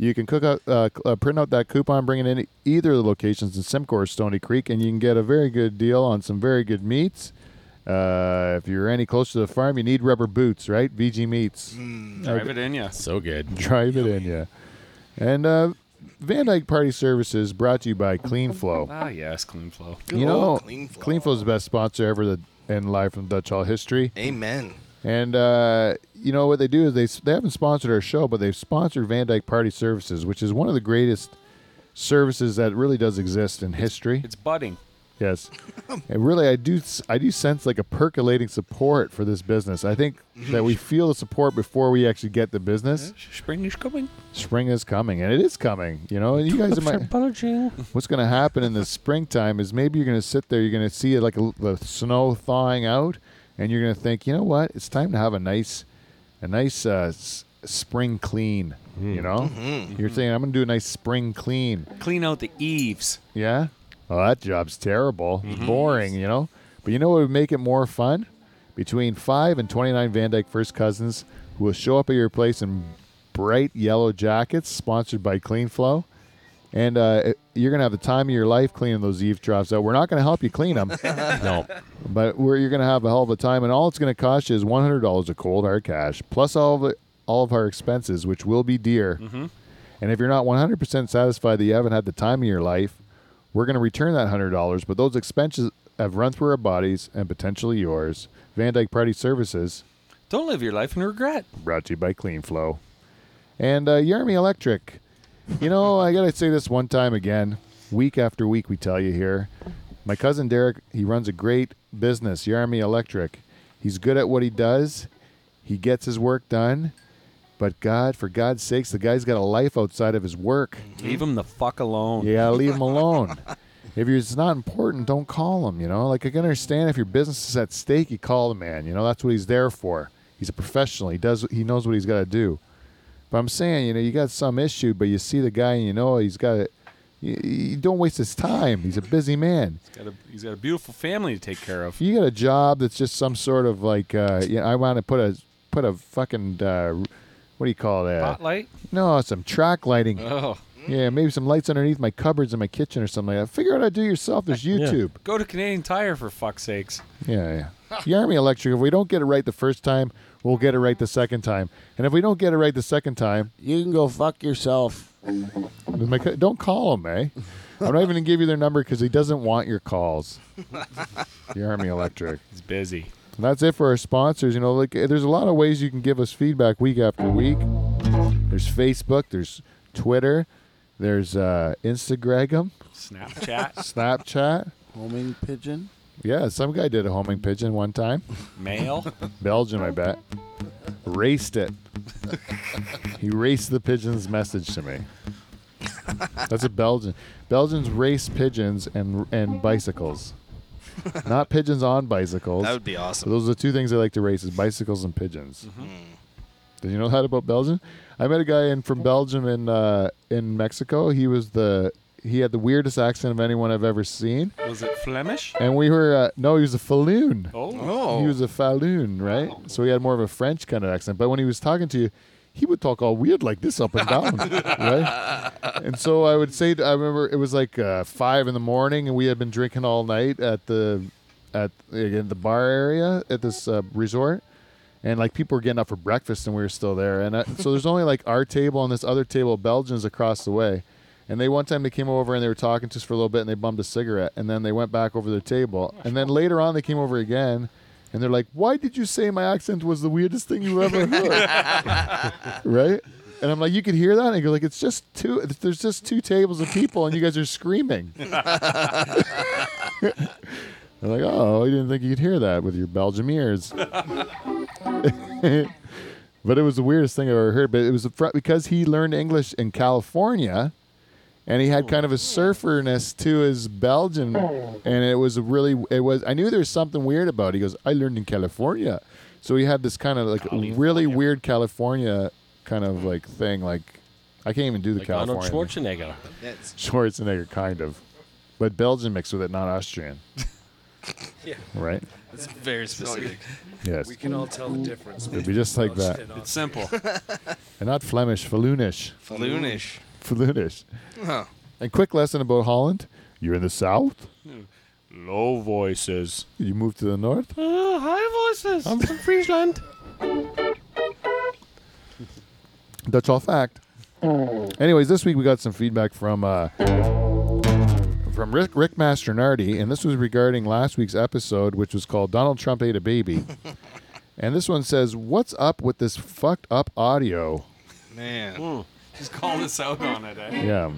You can cook out, uh, uh, print out that coupon, bring it in either of the locations in Simcoe or Stony Creek, and you can get a very good deal on some very good meats. Uh, if you're any close to the farm, you need rubber boots, right? VG Meats.
Drive it in, yes.
So good.
Drive it in, yeah. And uh, Van Dyke Party Services brought to you by Clean Flow.
Ah, yes, clean flow.
you
old
know,
Clean Flow.
Clean Flow is the best sponsor ever that, in live from Dutch Hall history.
Amen.
And uh, you know what they do is they they haven't sponsored our show, but they've sponsored Van Dyke Party Services, which is one of the greatest services that really does exist in history.
It's budding.
Yes, and really, I do I do sense like a percolating support for this business. I think that we feel the support before we actually get the business.
Spring is coming.
Spring is coming, and it is coming. You know, and you guys might
bulging.
what's going to happen in the springtime is maybe you're going to sit there, you're going to see like a, the snow thawing out, and you're going to think, you know what, it's time to have a nice, a nice uh, s- spring clean. You know, you're saying I'm going to do a nice spring clean.
Clean out the eaves.
Yeah. Well, that job's terrible. It's boring, you know. But you know what would make it more fun? Between five and twenty-nine Van Dyke first cousins who will show up at your place in bright yellow jackets, sponsored by Clean Flow. And uh, it- you're gonna have the time of your life cleaning those eavesdrops out. We're not gonna help you clean them,
No.
but we're, you're gonna have a hell of a time. And all it's gonna cost you is one hundred dollars of cold hard cash, plus all of the, all of our expenses, which will be dear. And if you're not 100% satisfied that you haven't had the time of your life, we're going to return that $100, but those expenses have run through our bodies and potentially yours. Van Dyke Party Services,
Don't live your life in regret.
brought to you by Clean Flow. And uh, Yarmy Electric. You know, I got to say this one time again, week after week, we tell you here. My cousin Derek, he runs a great business, Yarmy Electric. He's good at what he does, he gets his work done. But God, for God's sakes, the guy's got a life outside of his work.
Leave him the fuck alone.
You gotta leave them alone. If it's not important, don't call them. You know, like I can understand if your business is at stake, you call the man. You know, that's what he's there for. He's a professional. He does. He knows what he's got to do. But I'm saying, you know, you got some issue, but you see the guy, and you know he's got. a- You, you don't waste his time. He's a busy man.
He's got a, he's got a beautiful family to take care
If
of.
you got a job that's just some sort of like, uh, you know, I want to put a put a fucking uh, what do you call that?
Spotlight?
No, some track lighting.
Oh.
Yeah, maybe some lights underneath my cupboards in my kitchen or something like that. Figure out how to do it yourself. There's YouTube.
Go to Canadian Tire for fuck's sakes.
Yeah, yeah. the Army Electric, if we don't get it right the first time, we'll get it right the second time. And if we don't get it right the second time,
You can go fuck yourself.
then my, co- don't call him, eh? I'm not even going to give you their number because he doesn't want your calls. the Army Electric.
He's busy.
And that's it for our sponsors. You know, like eh, there's a lot of ways you can give us feedback week after week. There's Facebook, there's Twitter, There's uh, Instagram,
Snapchat,
Snapchat.
Homing pigeon.
Yeah, some guy did a homing pigeon one time.
mail.
Belgium, I bet. Raced it. he raced the pigeon's message to me. That's a Belgian. Belgians race pigeons and and bicycles. Not pigeons on bicycles.
That would be
So
awesome. Mm-hmm.
those are the two things I like to race: is bicycles and pigeons. Did you know that about Belgium? I met a guy in from Belgium in uh, in Mexico. He was the he had the weirdest accent of anyone I've ever seen.
Was it Flemish?
And we were uh, no, he was a Falloon.
Oh,
Oh,
He was a Falloon, right? So he had more of a French kind of accent. But when he was talking to you, he would talk all weird like this up and down, right? And so I would say, I remember it was like uh, five in the morning, and we had been drinking all night at the at again the bar area at this uh, resort. And like people were getting up for breakfast, and we were still there. And I, so there's only like our table and this other table of Belgians across the way. And they one time they came over and they were talking to us for a little bit, and they bummed a cigarette, and then they went back over their table. And then later on they came over again, and they're like, "Why did you say my accent was the weirdest thing you ever heard?" right? And I'm like, "You could hear that," and you're like, "It's just two. There's just two tables of people, and you guys are screaming." They're like, "Oh, I didn't think you could hear that with your Belgium ears." but it was the weirdest thing I ever heard. But it was a fr- because he learned English in California, and he had kind of a surferness to his Belgian, and it was a really it was. I knew there was something weird about. it. He goes, "I learned in California," so he had this kind of like really weird California kind of like thing. Like I can't even do the
Like Arnold
California
Schwarzenegger.
That's
Schwarzenegger kind of, but Belgian mixed with it, not Austrian.
Yeah.
Right.
it's very specific.
Yes.
We can all tell the difference.
It'd be just like that,
it's simple.
and not Flemish, Falloonish.
Loonish.
Flutish.
Huh.
And quick lesson about Holland. You're in the south.
Low voices.
You move to the north.
Oh, high voices. I'm from Friesland.
That's all fact. Anyways, this week we got some feedback from uh, from Rick, Rick Masternardi, and this was regarding last week's episode, which was called "Donald Trump Ate a Baby." and this one says, "What's up with this fucked up audio?"
Man.
Just call this out on it, eh?
Yeah.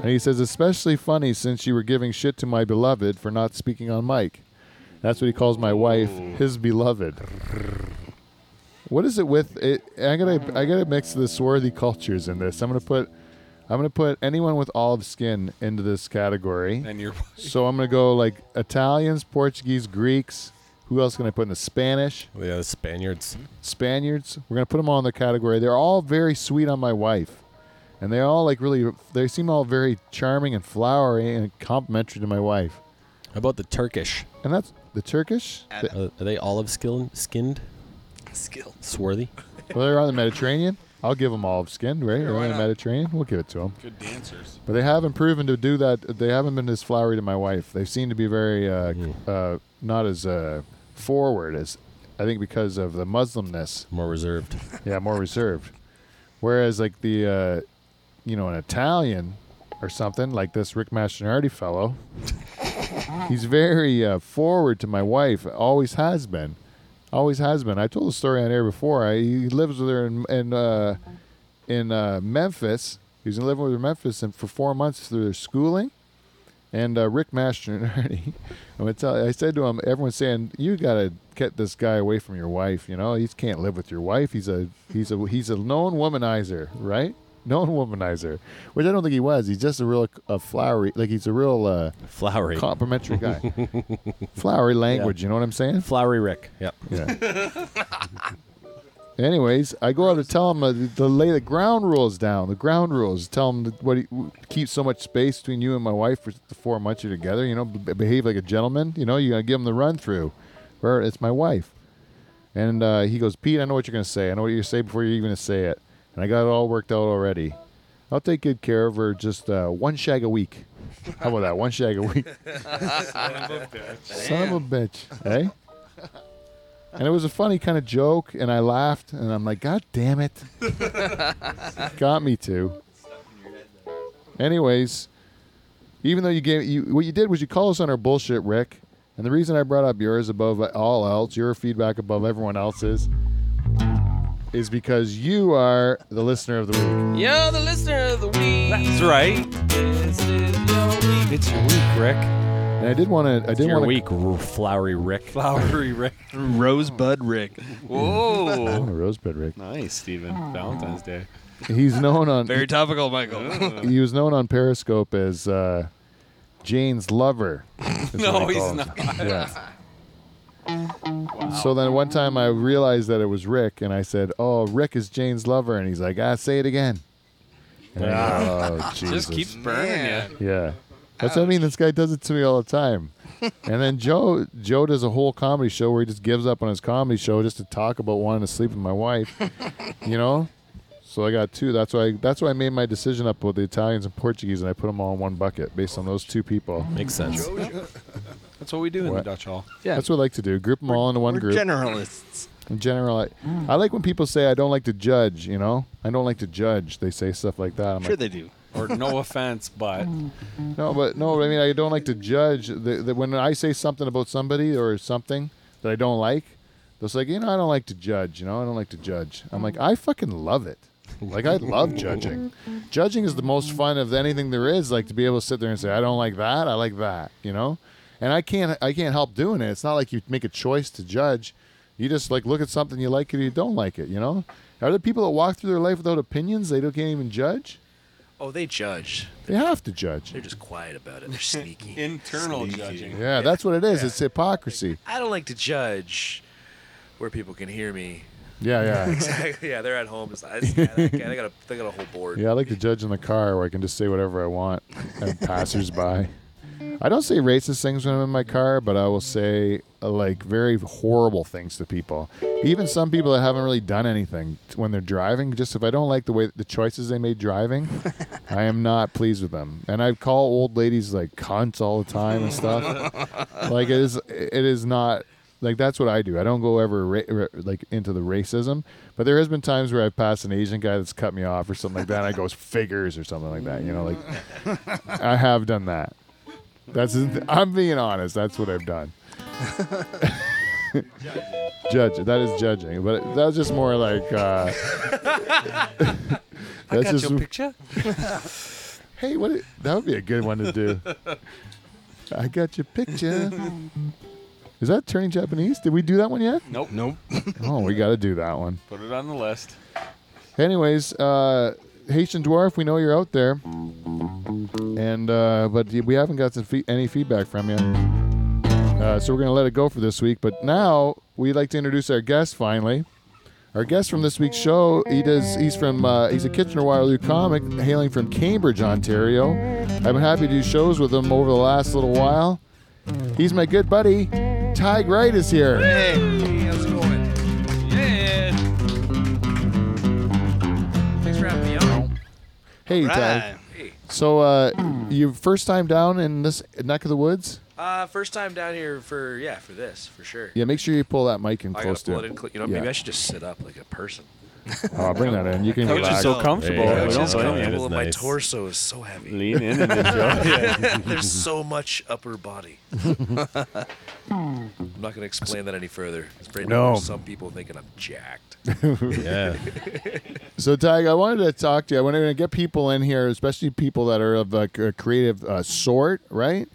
And he says, especially funny since you were giving shit to my beloved for not speaking on mic. That's what he calls my wife, his beloved. What is it with it? I gotta, I gotta mix the swarthy cultures in this. I'm gonna put, I'm gonna put anyone with olive skin into this category.
And you're
So I'm gonna go like Italians, Portuguese, Greeks. Who else can I put in Oh, the Spanish?
Yeah, the Spaniards.
Spaniards. We're gonna put them all in the category. They're all very sweet on my wife, and they all like really. They seem all very charming and flowery and complimentary to my wife.
How about the Turkish?
And that's the Turkish.
Uh,
They-
Are, are they olive skin, skinned?
Skill.
Swarthy?
well, they're on the Mediterranean. I'll give them olive skin, right? they're on the Mediterranean. We'll give it to them.
good dancers.
But they haven't proven to do that. They haven't been as flowery to my wife. They seem to be very uh, uh, not as uh, forward as I think because of the Muslimness.
More reserved.
Yeah, more reserved. Whereas like the, uh, you know, an Italian or something like this Rick Mastronardi fellow, he's very uh, forward to my wife. Always has been, always has been. I told the story on air before. I, he lives with her in in, uh, in uh, Memphis. He was living with her in Memphis, and for four months through their schooling. And uh, Rick Masternardi, I'm gonna tell. I said to him, everyone's saying you gotta get this guy away from your wife. You know, he can't live with your wife. He's a he's a he's a known womanizer, right? Known womanizer, which I don't think he was. He's just a real a flowery, like he's a real uh,
Flowery.
complimentary guy. flowery language, you know what I'm saying?
Flowery Rick. Yep.
Yeah. Anyways, I go out to tell him uh, to lay the ground rules down. The ground rules. Tell him that what he, keep so much space between you and my wife for the four months you're together. You know, b- behave like a gentleman. You know, you're gonna give him the run through. Where it's my wife, and uh, he goes, Pete, I know what you're gonna say. I know what you're gonna say before you're even gonna say it. And I got it all worked out already. I'll take good care of her. Just uh, one shag a week. How about that? One shag a week. Son of a bitch. eh? Hey. And it was a funny kind of joke, and I laughed, and I'm like, God damn it. Got me too. Anyways, even though you gave you what you did was you called us on our bullshit, Rick. And the reason I brought up yours above all else, your feedback above everyone else's, is because you are the listener of the week.
You're the listener of the week. That's right. This is your week. It's your week, Rick.
And I did want to. I did
Your
want to.
week, r- flowery Rick.
Flowery Rick.
Rosebud Rick.
Oh,
Whoa.
Rosebud Rick.
Nice, Stephen. Valentine's Day.
He's known on.
Very topical, Michael.
he was known on Periscope as uh, Jane's lover. is what
No,
they
he's
call him.
not.
Yeah. So then one time I realized that it was Rick, and I said, "Oh, Rick is Jane's lover," and he's like, "Ah, say it again." And I go, oh, Jesus.
Just keeps burning
Yeah.
you.
Yeah. That's what I mean. This guy does it to me all the time. and then Joe Joe does a whole comedy show where he just gives up on his comedy show just to talk about wanting to sleep with my wife. you know? So I got two. That's why I, that's why I made my decision up with the Italians and Portuguese and I put them all in one bucket based on those two people.
Makes sense.
That's what we do in
What?
the Dutch Hall.
That's what I like to do. Group them all into one
We're
group.
generalists. Mm.
in general, I, I like when people say I don't like to judge, you know? I don't like to judge. They say stuff like that. I'm
Sure
like,
they do.
Or no offense, but
No, but no, but I mean, I don't like to judge that, that when I say something about somebody or something that I don't like, they'll say, you know, I don't like to judge. You know, I don't like to judge. I'm like, I fucking love it. Like I love judging. judging is the most fun of anything there is. Like to be able to sit there and say, I don't like that. I like that. You know, and I can't. I can't help doing it. It's not like you make a choice to judge. You just like look at something you like or you don't like it. You know, are there people that walk through their life without opinions? They don't can't even judge.
Oh, they judge.
They have to judge.
They're just quiet about it. They're sneaky.
internal judging.
Yeah, that's what it is. It's hypocrisy.
I don't like to judge where people can hear me.
Yeah, yeah.
Exactly. Yeah, they're at home. It's like, yeah, that guy, they got a they got a whole board.
Yeah, I like to judge in the car where I can just say whatever I want and passersby. I don't say racist things when I'm in my car, but I will say uh, like very horrible things to people. Even some people that haven't really done anything t- when they're driving. Just if I don't like the way the choices they made driving, I am not pleased with them. And I call old ladies like cunts all the time and stuff. like it is, it is not like that's what I do. I don't go ever ra- ra- like into the racism. But there has been times where I've passed an Asian guy that's cut me off or something like that. And I go figures or something like that. You know, like I have done that. That's I'm being honest. That's what I've done. Judge. That is judging, but that's just more like. Uh, that's
Got
just
your picture?
hey, what? i- That would be a good one to do. I got your picture. Is that turning Japanese? Did we do that one yet?
Nope. Nope.
Oh, we got to do that one.
Put it on the list.
Anyways, uh, Haitian Dwarf, we know you're out there, and uh, but we haven't got some fe- any feedback from you, uh, so we're gonna let it go for this week. But now we'd like to introduce our guest finally. Our guest from this week's show, he does. He's from. Uh, he's a Kitchener Waterloo comic, hailing from Cambridge, Ontario. I've been happy to do shows with him over the last little while. He's my good buddy, Ty Wright is here.
Hey, how's it going?
Yeah.
Thanks for having me on.
Hey, Ty.
Right.
Hey.
So, uh, you first time down in this neck of the woods?
Uh, first time down here for yeah for this for sure.
Yeah, make sure you pull that mic in
I
close
gotta
to.
pull it in. Cl- you know,
Yeah.
maybe I should just sit up like a person.
Oh, bring that in. You can
Coach is
relax.
so comfortable.
Yeah,
I
coach
don't
is
blame you.
comfortable.
Well, my
nice.
torso is so heavy.
Lean in and enjoy.
There's so much upper body. I'm not gonna explain that any further. It's pretty
No.
there's some people thinking I'm jacked.
yeah.
So, Ty, I wanted to talk to you. I wanted to get people in here, especially people that are of a c- a creative uh, sort, right?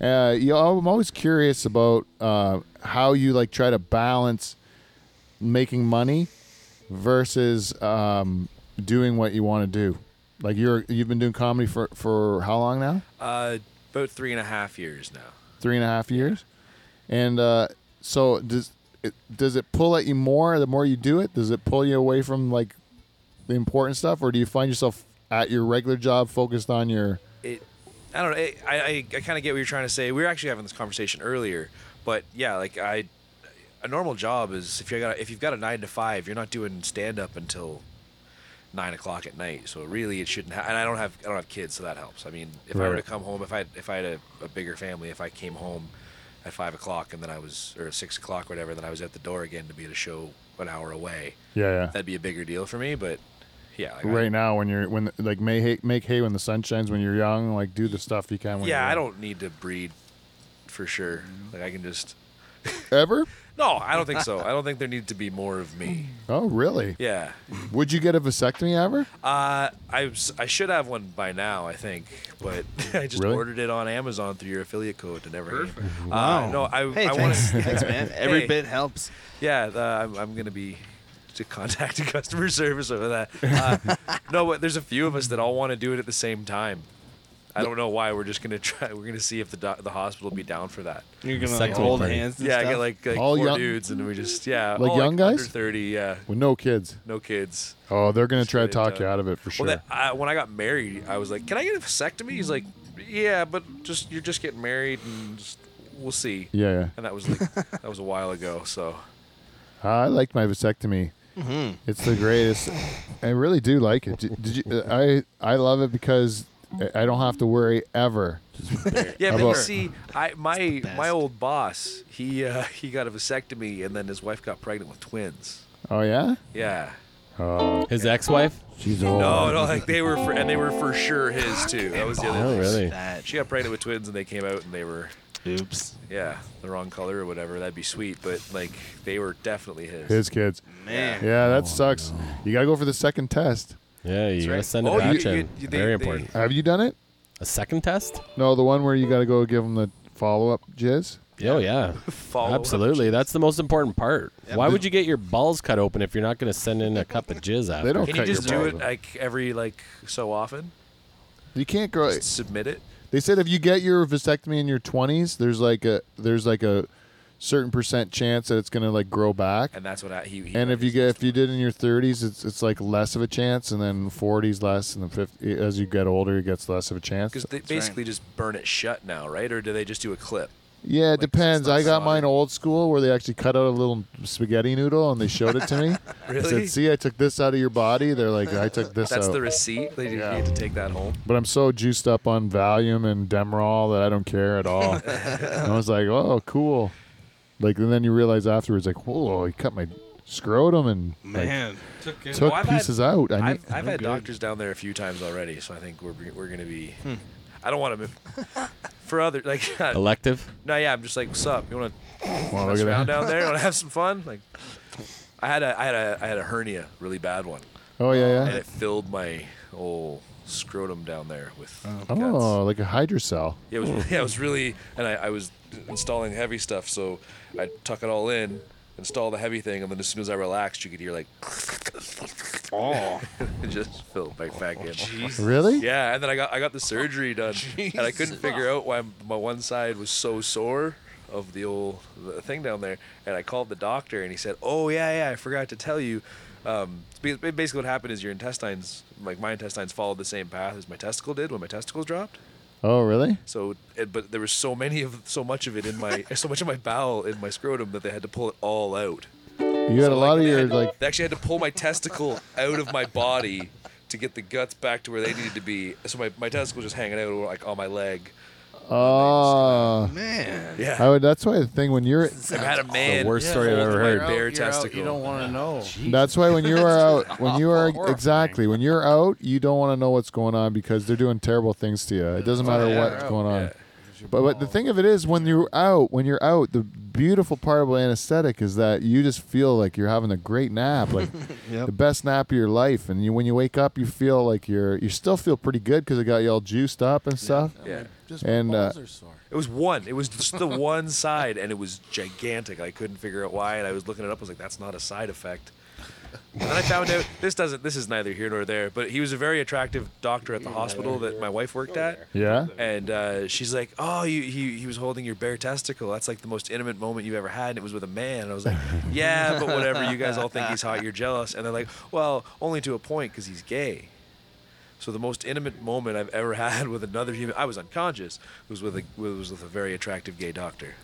Uh, you, I'm always curious about uh, how you like try to balance making money versus um, doing what you want to do. Like you're you've been doing comedy for for how long now?
Uh, about three and a half years now.
three and a half years. And uh, so does it, does it pull at you more the more you do it? Does it pull you away from like the important stuff, or do you find yourself at your regular job focused on your?
it i don't know it, i i, I kind of get what you're trying to say we were actually having this conversation earlier but yeah like i a normal job is if you got if you've got a nine to five you're not doing stand up until nine o'clock at night so really it shouldn't ha- and i don't have i don't have kids so that helps i mean if i were to
Right.
come home if i if i had a, a bigger family if i came home at five o'clock and then i was or six o'clock or whatever then i was at the door again to be at a show an hour away
Yeah,
that'd be a bigger deal for me but yeah like I-
Right now, when you're when like may hay, make hay when the sun shines when you're young, like do the stuff you can. When
yeah
you're
i
young.
don't need to breed for sure like i can just
Ever?
No, I don't think so. I don't think there needs to be more of me.
Oh, really?
Yeah.
Would you get a vasectomy ever?
Uh, I, was- I should have one by now, I think, but I just
Really?
ordered it on Amazon through your affiliate code and never. Perfect. Uh,
Wow.
No, I,
Hey,
I want
thanks,
to.
thanks, man. Every
Hey.
bit helps.
Yeah, uh, I'm, I'm gonna be to contacting customer service over that. Uh, no, but there's a few of us that all want to do it at the same time. I don't know why. We're just gonna try. We're gonna see if the doc, the hospital will be down for that.
You're gonna
Sex
like, hold
party.
hands. And
yeah,
stuff.
I get like, like
All
four
young-
dudes, and we just yeah,
Like
all,
young
under
guys?
thirty. Yeah,
With no kids.
no kids.
Oh, they're gonna try
Straight
to talk you
up.
out of it for sure.
Well, that, I, when I got married, I was like, "Can I get a vasectomy?" He's like, "Yeah, but just you're just getting married, and just, we'll see."
yeah, yeah.
And that was like that was a while ago. So
I liked my vasectomy.
Mm-hmm.
It's the greatest. I really do like it. Did, did you? uh, I I love it because I- I don't have to worry ever.
Yeah,
How
but
about-
you see, I my my
best.
old boss, he uh, he got a vasectomy, and then his wife got pregnant with twins.
Oh yeah.
Yeah.
Oh,
His ex-wife?
She's old.
No, no, like they were, for, and they were for sure his too. That was the
Oh,
other. thing.
really?
that.
She got pregnant with twins, and they came out, and they were,
Oops,
yeah, the wrong color or whatever. That'd be sweet, but like they were definitely his.
his kids.
man.
Yeah, that sucks. You gotta go for the second test.
Yeah, you gotta
right.
send it
Oh,
back
you-
in.
you- you- they-
Very
they-
important.
Have you done it?
A second test?
No, the one where you gotta go give them the follow up jizz.
Oh yeah,
Follow
absolutely. That's the most important part. Why would you get your balls cut open if you're not going to send in a cup of jizz after?
They don't
Can you
cut
just
your
do it
balls off.
like every like so often?
You can't grow.
Submit it.
They said if you get your vasectomy in your twenties, there's like a there's like a certain percent chance that it's gonna like grow back.
And that's what I, he, he
And if you get if you did in your 30s, it's it's like less of a chance, and then 40s less, and then 50 as you get older, it gets less of a chance.
because they basically just burn it shut now, right? Or do they just do a clip?
yeah, it depends.
not
I got
solid.
mine old school where they actually cut out a little spaghetti noodle and they showed it to me. I
Really?
said, "See, I took this out of your body." They're like, "I took this
That's
out,"
the receipt. They
Yeah.
need to take that home.
but I'm so juiced up on Valium and Demerol that I don't care at all. and I was like, "Oh, cool." Like, and then you realize afterwards, like, "Whoa, he cut my scrotum and like,
Man,
took
Well, I've had-
pieces out." I need,
I've, I've had doctors down there a few times already, so I think we're we're gonna be. I don't want to for other like. no,
Elective?
yeah, I'm just like, what's up? You want to
Wow,
mess
look at
around
that.
down there? Want to have some fun? Like, I had a I had a I had a hernia, really bad one,
Oh yeah, yeah.
and it filled my whole scrotum down there with guts.
Oh, like a hydrocell.
Yeah, it was, yeah, it was really, and I, I was installing heavy stuff, so I would tuck it all in, install the heavy thing, and then as soon as I relaxed, you could hear like,
oh,
it just filled back back in.
Really?
Yeah, and then I got I got the surgery done, and I couldn't figure out why my one side was so sore of the old the thing down there. And I called the doctor, and he said, "Oh yeah, yeah, I forgot to tell you." Um, it's ba- basically, what happened is your intestines, like my intestines, followed the same path as my testicle did when my testicles dropped.
Oh, really?
So, it- but there was so many of so much of it in my so much of my bowel in my scrotum that they had to pull it all out.
You had a lot of your like.
They actually had to pull my testicle out of my body to get the guts back to where they needed to be. So my my testicle was just hanging out like on my leg.
Oh,
man.
Yeah,
I would. That's why the thing when you're.
I've had a man.
worst story I've
hold
ever
my
heard.
Bare
You're out,
testicle.
You don't want to know.
That's why when you are out, when you are exactly when you're out, you don't want to know what's going on because they're doing terrible things to you. It doesn't matter what's going on.
Oh, Yeah.
But, but the thing of it is, when you're out, when you're out, the beautiful part about anesthetic is that you just feel like you're having a great nap, like the best nap of your life. And you, when you wake up, you feel like you're you still feel pretty good because it got you all juiced up and stuff.
Yeah.
Just
And,
my balls
uh,
are sore.
It was one. It was just the one side, and it was gigantic. I couldn't figure out why, and I was looking it up. I was like, "That's not a side effect." And then I found out this doesn't. This is neither here nor there. But he was a very attractive doctor at the hospital that my wife
oh,
worked at.
Yeah.
And uh, she's like, "Oh, you, he he was holding your bare testicle. That's like the most intimate moment you've ever had, and it was with a man." And I was like, "Yeah, but whatever. You guys all think he's hot. You're jealous." And they're like, "Well, only to a point, because he's gay." So the most intimate moment I've ever had with another human, I was unconscious, was with a was with a very attractive gay doctor.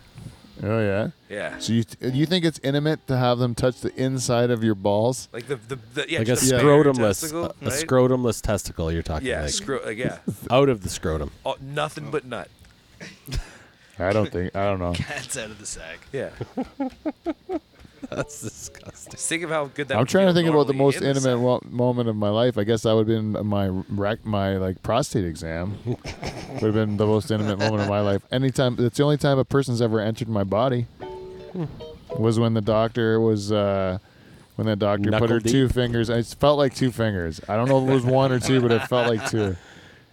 Oh yeah.
Yeah.
So you you think it's intimate to have them touch the inside of your balls?
Like the the, the yeah,
Like a
just the bare
scrotumless,
testicle,
uh,
a, a
right?
scrotumless testicle. You're talking
Yeah,
like
scro- like, yeah,
out of the scrotum.
oh, nothing but nut.
I don't think I don't know.
That's out of the sack.
Yeah.
That's disgusting.
Think of how good that.
I'm
would
trying to
feel
think about the
normally in
most
the
intimate wo- moment of my life. I guess that would have been my rec- my like prostate exam. would have been the most intimate moment of my life. Anytime that's the only time a person's ever entered my body.
Hmm.
was when the doctor was uh, when the doctor put
Knuckle
her
deep?
two fingers. It felt like two fingers. I don't know if it was one or two, but it felt like two.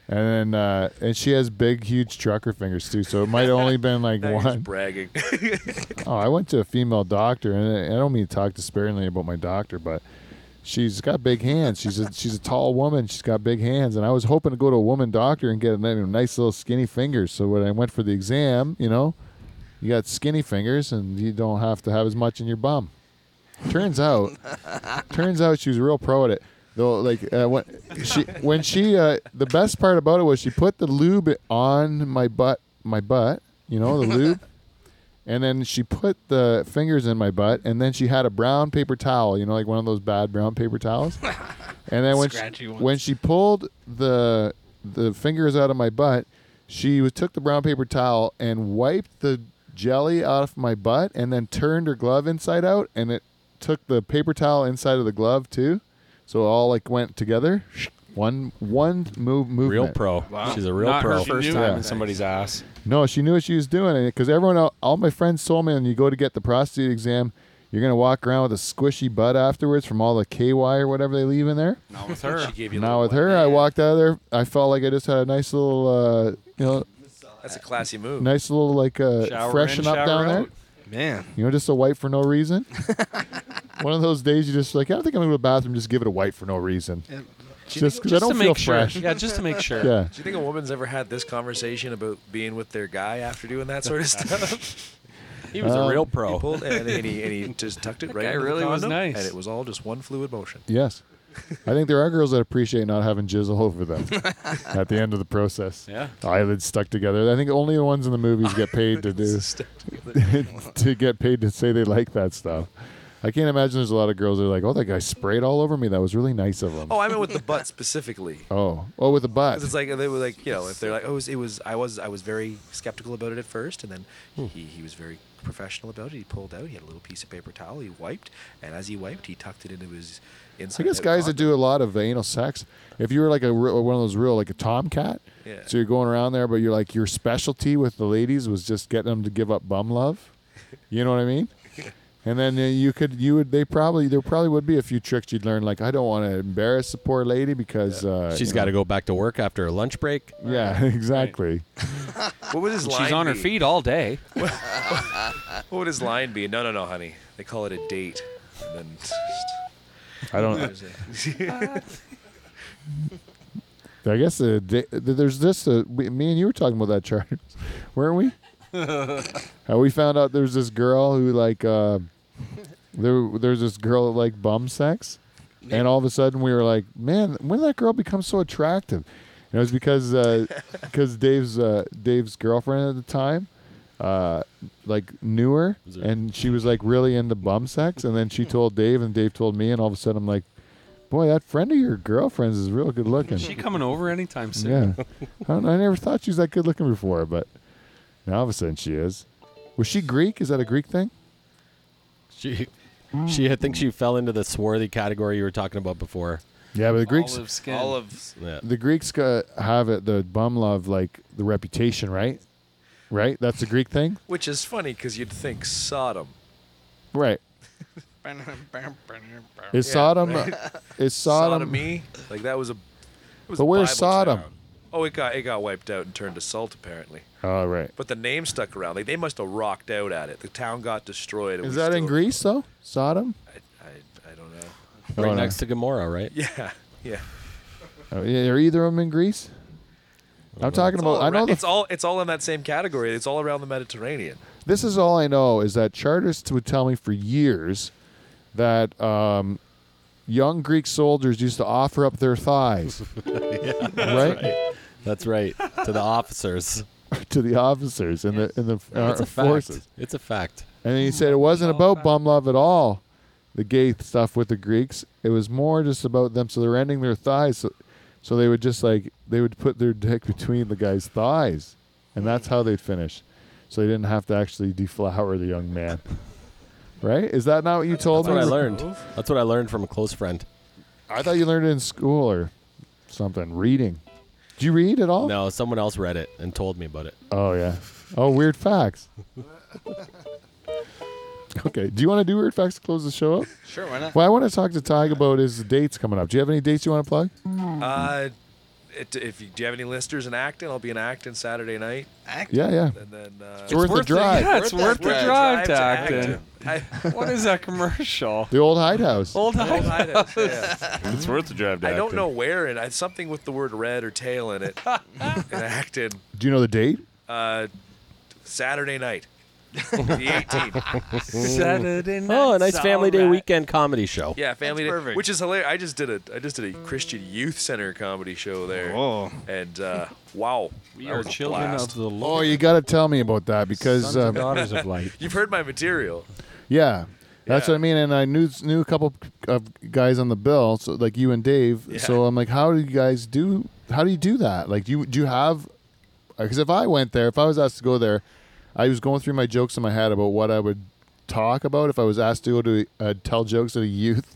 And then uh, and she has big, huge trucker fingers too. So it might have only been like
Now you're just
one.
bragging.
Oh, I went to a female doctor, and I- I don't mean to talk despairingly about my doctor, but she's got big hands. She's a she's a tall woman. She's got big hands, and I was hoping to go to a woman doctor and get a ni- nice little skinny fingers. So when I went for the exam, you know, you got skinny fingers, and you don't have to have as much in your bum. Turns out, turns out she was real pro at it. Though, like uh, when she when she uh, the best part about it was she put the lube on my butt, my butt, you know, the lube. And then she put the fingers in my butt, and then she had a brown paper towel, you know, like one of those bad brown paper towels. and then when she,
Scratchy ones.
when she pulled the the fingers out of my butt, she was, took the brown paper towel and wiped the jelly off my butt, and then turned her glove inside out, and it took the paper towel inside of the glove too, so it all like went together. One one move movement.
Real pro. She's a real
Not
pro.
her first
She knew
time
it.
in somebody's ass.
No, she knew what she was doing, and because everyone, el all my friends told me, when you go to get the prostate exam, you're gonna walk around with a squishy butt afterwards from all the KY or whatever they leave in there.
Not with her.
she gave you a little
Now with
wet.
her, I walked out of there. I felt like I just had a nice little, uh, you know,
That's a classy move.
nice little like uh,
Shower in,
freshen up
shower
down there.
out.
Man.
You know, just a wipe for no reason. One of those days, you just like, I don't think I'm gonna go to the bathroom. Just give it a wipe for no reason. Just because I don't
to
feel
make sure.
fresh.
Yeah, just to make sure.
Yeah.
Do you think a woman's ever had this conversation about being with their guy after doing that
Oh.
sort of stuff?
He was
Um,
a real
he
pro.
pulled and, and, he, and he just tucked it right
guy
into the
really was
condom,
nice.
and it was all just one fluid motion.
Yes. I think there are girls that appreciate not having jizz all over them at the end of the process.
Yeah.
Eyelids stuck together. I think only the ones in the movies get paid to do to get paid to say they like that stuff. I can't imagine there's a lot of girls that are like, "Oh, that guy sprayed all over me. That was really nice of him."
Oh, I meant with the butt specifically.
oh, oh, with a butt.
'Cause it's like they were like you know if they're like oh it was, it was I was I was very skeptical about it at first and then
Hmm.
he, he was very professional about it he pulled out he had a little piece of paper towel he wiped and as he wiped he tucked it into his
I
inside
guess
out
guys that
condom.
do a lot of anal sex, if you were like a real, one of those real like a tomcat,
Yeah.
so you're going around there, but you're like your specialty with the ladies was just getting them to give up bum love. You know what I mean? And then uh, you could you would they probably there probably would be a few tricks you'd learn like I don't want to embarrass the poor lady because uh,
She's
you
got to
know.
go back to work after her lunch break.
yeah exactly
what would his line
She's on her
be?
feet all day.
what would his line be no no no honey they call it a date and then just,
I don't
there's a-
I guess the, da- there's this uh, we- me and you were talking about that chart weren't we How we found out there's this girl who like uh, there there's this girl that liked bum sex, and all of a sudden we were like, man, when did that girl become so attractive? And it was because because Dave's uh, Dave's girlfriend at the time. Uh, like knew her, and she was like really into bum sex, and then she told Dave, and Dave told me, and all of a sudden I'm like, boy, that friend of your girlfriend's is real good looking.
She coming over anytime soon.
Yeah, I, don't, I never thought she was that good looking before, but now all of a sudden she is. Was she Greek? Is that a Greek thing?
She, she, I think she fell into the swarthy category you were talking about before.
Yeah, but the Greeks,
Olive skin.
Olives.
Yeah.
the Greeks uh, have it the bum love like the reputation, right? Right, that's a Greek thing,
which is funny because you'd think Sodom
right?
It's
Is Sodom is Sodom?
sodomy like that was a it was
But
a
where's
Bible
Sodom?
town. oh it got it got wiped out and turned to salt apparently
oh, right.
But the name stuck around. Like they must have rocked out at it. The town got destroyed. It
Is
was
that in
still-
Greece though? Sodom?
I, I, I don't know.
Right
Oh, no.
next to Gomorrah, right?
Yeah, yeah.
Oh, yeah, are either of them in Greece? I'm talking about. I know the
it's all it's all in that same category. It's all around the Mediterranean.
This is all I know is that chartists would tell me for years that um, young Greek soldiers used to offer up their thighs, right?
That's right. to the officers.
to the officers in the in the
It's
uh,
a fact.
forces.
It's a fact.
And he said it wasn't about bum love at all, the gay stuff with the Greeks. It was more just about them. So they're ending their thighs. So, so they would just like, they would put their dick between the guy's thighs. And that's how they'd finish. So they didn't have to actually deflower the young man. Right? Is that not what you told
That's what I
me?
learned. That's what I learned from a close friend.
I thought you learned it in school or something, reading. Did you read at all?
No, someone else read it and told me about it.
Oh, yeah. Oh, weird facts. Okay. Do you want to do weird facts to close the show up?
Sure, why not?
What I want to talk to Tig about is the dates coming up. Do you have any dates you want to plug?
Uh, it, if you, do you have any listers in Acton? I'll be in Acton Saturday night,
Yeah, yeah.
and then uh,
It's worth the drive.
Yeah, it's worth the
We're gonna
drive to
drive to
Acton.
Acton.
What is that commercial?
The old Hyde House.
Old
I,
Hyde.
I don't- yeah.
It's worth the drive to
I don't
Acton.
know where, and I, something with the word red or tail in it in Acton.
Do you know the date?
Uh, Saturday night, the 18th.
Saturday night.
Oh, a nice family day weekend comedy show.
Yeah, family
That's
day,
perfect.
which is hilarious. I just did a I just did a Christian youth center comedy show there,
Oh,
and uh, wow,
We
that
are
was a
children
blast.
of the
Oh,
Lord.
you got to tell me about that because
Sons and
uh,
daughters of light.
You've heard my material.
yeah, that's
Yeah.
what I mean. And I knew knew a couple of guys on the bill, so like you and Dave. So I'm like, how do you guys do? How do you do that? Like, do you do you have? Because if I went there, if I was asked to go there, I was going through my jokes in my head about what I would talk about if I was asked to go to uh, tell jokes at a youth,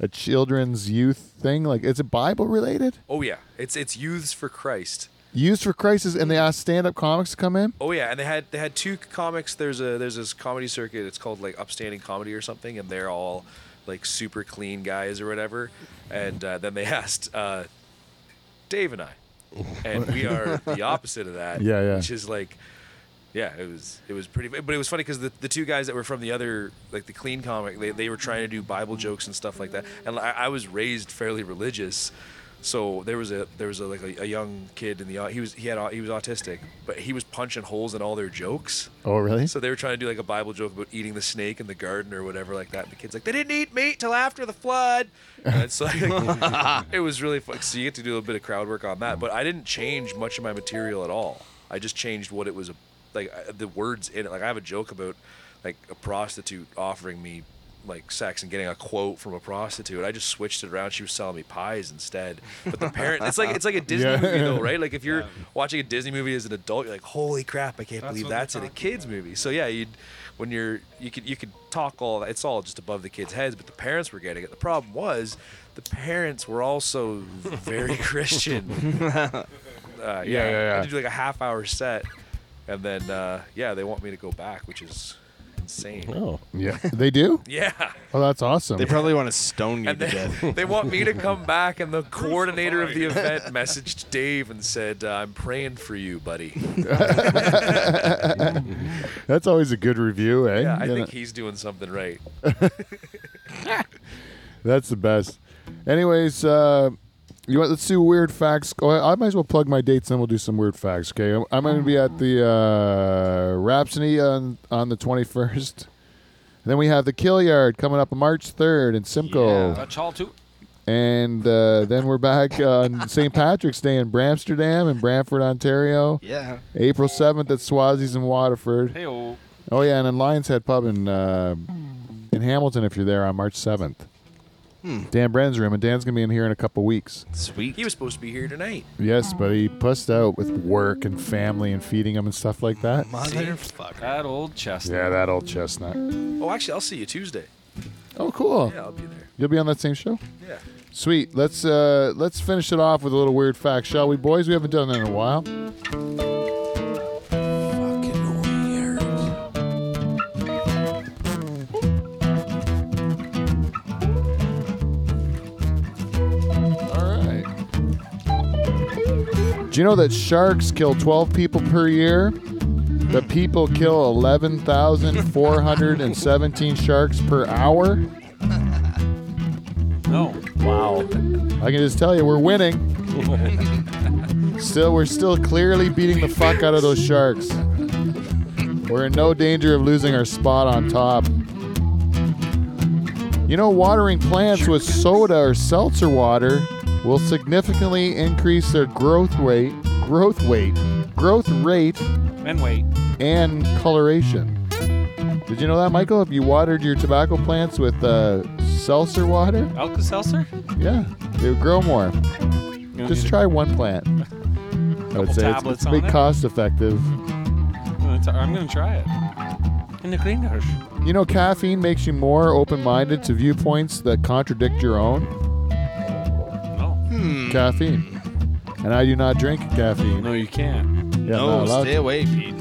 a children's youth thing. Like, is it Bible related?
Oh yeah, it's it's youths for Christ.
Used for crisis, and they asked stand up comics to come in.
Oh yeah, and they had they had two comics. There's a there's this comedy circuit. It's called like Upstanding Comedy or something, and they're all like super clean guys or whatever. And uh, then they asked uh, Dave and I, and we are the opposite of that.
Yeah, yeah.
Which is like, yeah, it was it was pretty, but it was funny because the, the two guys that were from the other like the clean comic, they they were trying to do Bible jokes and stuff like that. And I, I was raised fairly religious. So there was a there was a, like a, a young kid in the au- he was he had au- he was autistic but he was punching holes in all their jokes
Oh, really?
so they were trying to do like a Bible joke about eating the snake in the garden or whatever like that. And the kid's like, they didn't eat meat till after the flood. And it's like, it was really fun. So you get to do a bit of crowd work on that. But I didn't change much of my material at all. I just changed what it was, like I- the words in it. Like I have a joke about like a prostitute offering me like sex and getting a quote from a prostitute. I just switched it around. She was selling me pies instead. But the parent, it's like it's like a Disney
Yeah.
movie though, right? Like if you're watching a Disney movie as an adult, you're like, holy crap, I can't believe that's in a kids movie. So yeah, you when you're you could you could talk all that. It's all just above the kids' heads, but the parents were getting it. The problem was the parents were also very Christian. uh, yeah,
yeah,
I
yeah.
had to do like a half hour set, and then uh, yeah, they want me to go back, which is insane.
Oh,
Yeah, they do.
Yeah.
Oh, that's awesome.
they probably want to stone you
And
to death.
they, they want me to come back, and the coordinator of the event messaged Dave and said, uh, "I'm praying for you, buddy."
That's always a good review, eh?
Yeah, I
You
think
know,
he's doing something right.
that's the best. Anyways, uh, you want, let's do weird facts. Oh, I I might as well plug my dates, then we'll do some weird facts. Okay, I'm, I'm going to be at the uh, Rhapsody on on the 21st. And then we have the Kill Yard coming up March 3rd in Simcoe,
That's all too.
and uh, then we're back on St. Patrick's Day in Bramsterdam and Brantford, Ontario.
Yeah.
April 7th at Swazi's in Waterford.
Hey, oh,
Oh yeah, and then Lions Head Pub in uh, in Hamilton if you're there on March seventh. Dan Brennan's room, and Dan's gonna be in here in a couple weeks.
He was supposed to be here tonight.
Yes, but he pussed out with work and family and feeding him and stuff like that.
Motherfucker.
that old chestnut.
Yeah, that old chestnut.
Oh, actually, I'll see you Tuesday.
Oh, cool.
Yeah, I'll be there.
You'll be on that same show.
Yeah.
Sweet. Let's uh, let's finish it off with a little weird fact, shall we, boys? We haven't done that in a while. All right. Do you know that sharks kill 12 people per year? But people kill 11,417 sharks per hour?
No.
I can just tell you, we're winning. still, we're still clearly beating the fuck out of those sharks. We're in no danger of losing our spot on top. You know, watering plants with soda or seltzer water will significantly increase their growth rate, growth weight, growth rate,
And wait.
and coloration. Did you know that, Michael? If you watered your tobacco plants with uh, seltzer water,
Alka Seltzer?
yeah, they would grow more. Just try one plant. I would say it's,
Mm-hmm. tablets
it's
on
big
it.
cost effective.
I'm going to try it. In the greenhouse.
You know, caffeine makes you more open minded to viewpoints that contradict your own. Hmm.
No.
Caffeine. And I do not drink caffeine.
No, you can't.
Yeah, I'm not
No,
allowed
stay
to.
away, Pete.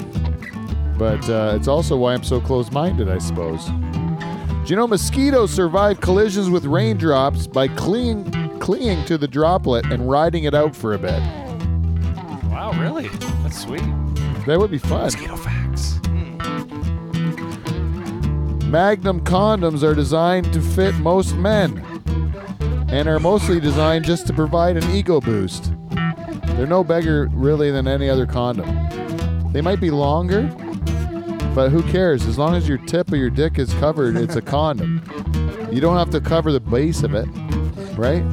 But uh, it's also why I'm so close minded, I suppose. Do you know mosquitoes survive collisions with raindrops by clinging, clinging to the droplet and riding it out for a bit?
Wow, really? That's sweet.
That would be fun.
Mosquito facts.
Magnum condoms are designed to fit most men and are mostly designed just to provide an ego boost. They're no bigger, really, than any other condom. They might be longer, but who cares? As long as your tip of your dick is covered, it's a condom. You don't have to cover the base of it, right?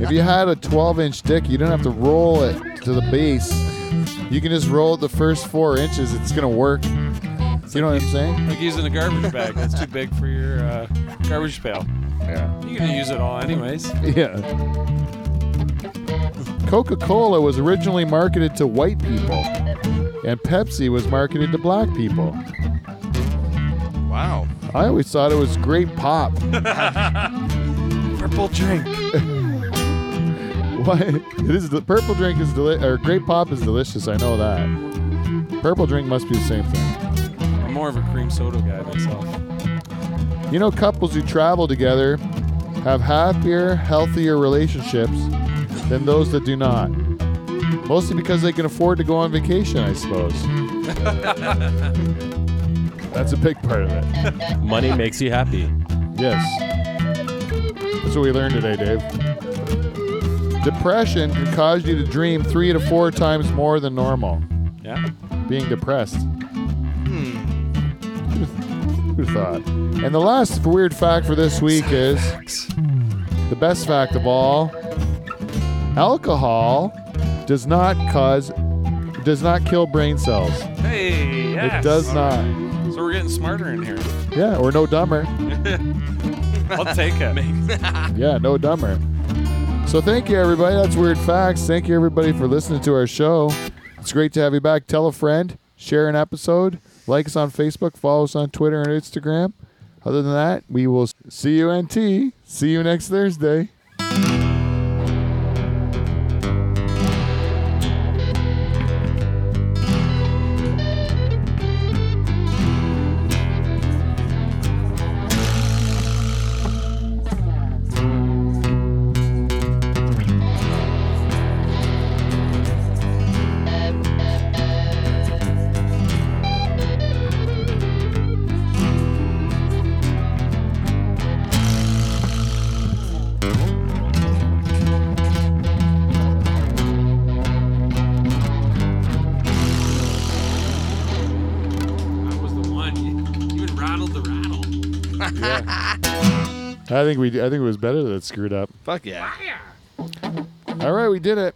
If you had a 12 inch dick, you don't have to roll it to the base. You can just roll it the first four inches, it's going to work. You know what I'm saying?
Like using a garbage bag that's too big for your uh, garbage pail.
Yeah.
You're gonna use it all anyways.
Yeah. Coca Cola was originally marketed to white people, and Pepsi was marketed to black people.
Wow.
I always thought it was great pop.
Purple drink.
Why? It is the purple drink is deli- or grape pop is delicious. I know that. Purple drink must be the same thing.
I'm more of a cream soda guy myself.
You know, couples who travel together have happier, healthier relationships than those that do not. Mostly because they can afford to go on vacation, I suppose. That's a big part of it.
Money makes you happy.
Yes. That's what we learned today, Dave. Depression can cause you to dream three to four times more than normal.
Yeah.
Being depressed. Hmm. Who'd have thought? And the last weird fact for this week is the best fact of all: alcohol does not cause, does not kill brain cells.
Hey. Yes.
It does not.
So we're getting smarter in here.
Yeah, or no dumber.
I'll take it.
Yeah, no dumber. So thank you everybody. That's weird facts. Thank you everybody for listening to our show. It's great to have you back. Tell a friend, share an episode, like us on Facebook, follow us on Twitter and Instagram. Other than that, we will see you NT. See you next Thursday.
I was the one. You even rattled the rattle.
I think we I think it was better that it screwed up.
Fuck yeah.
All right, we did it.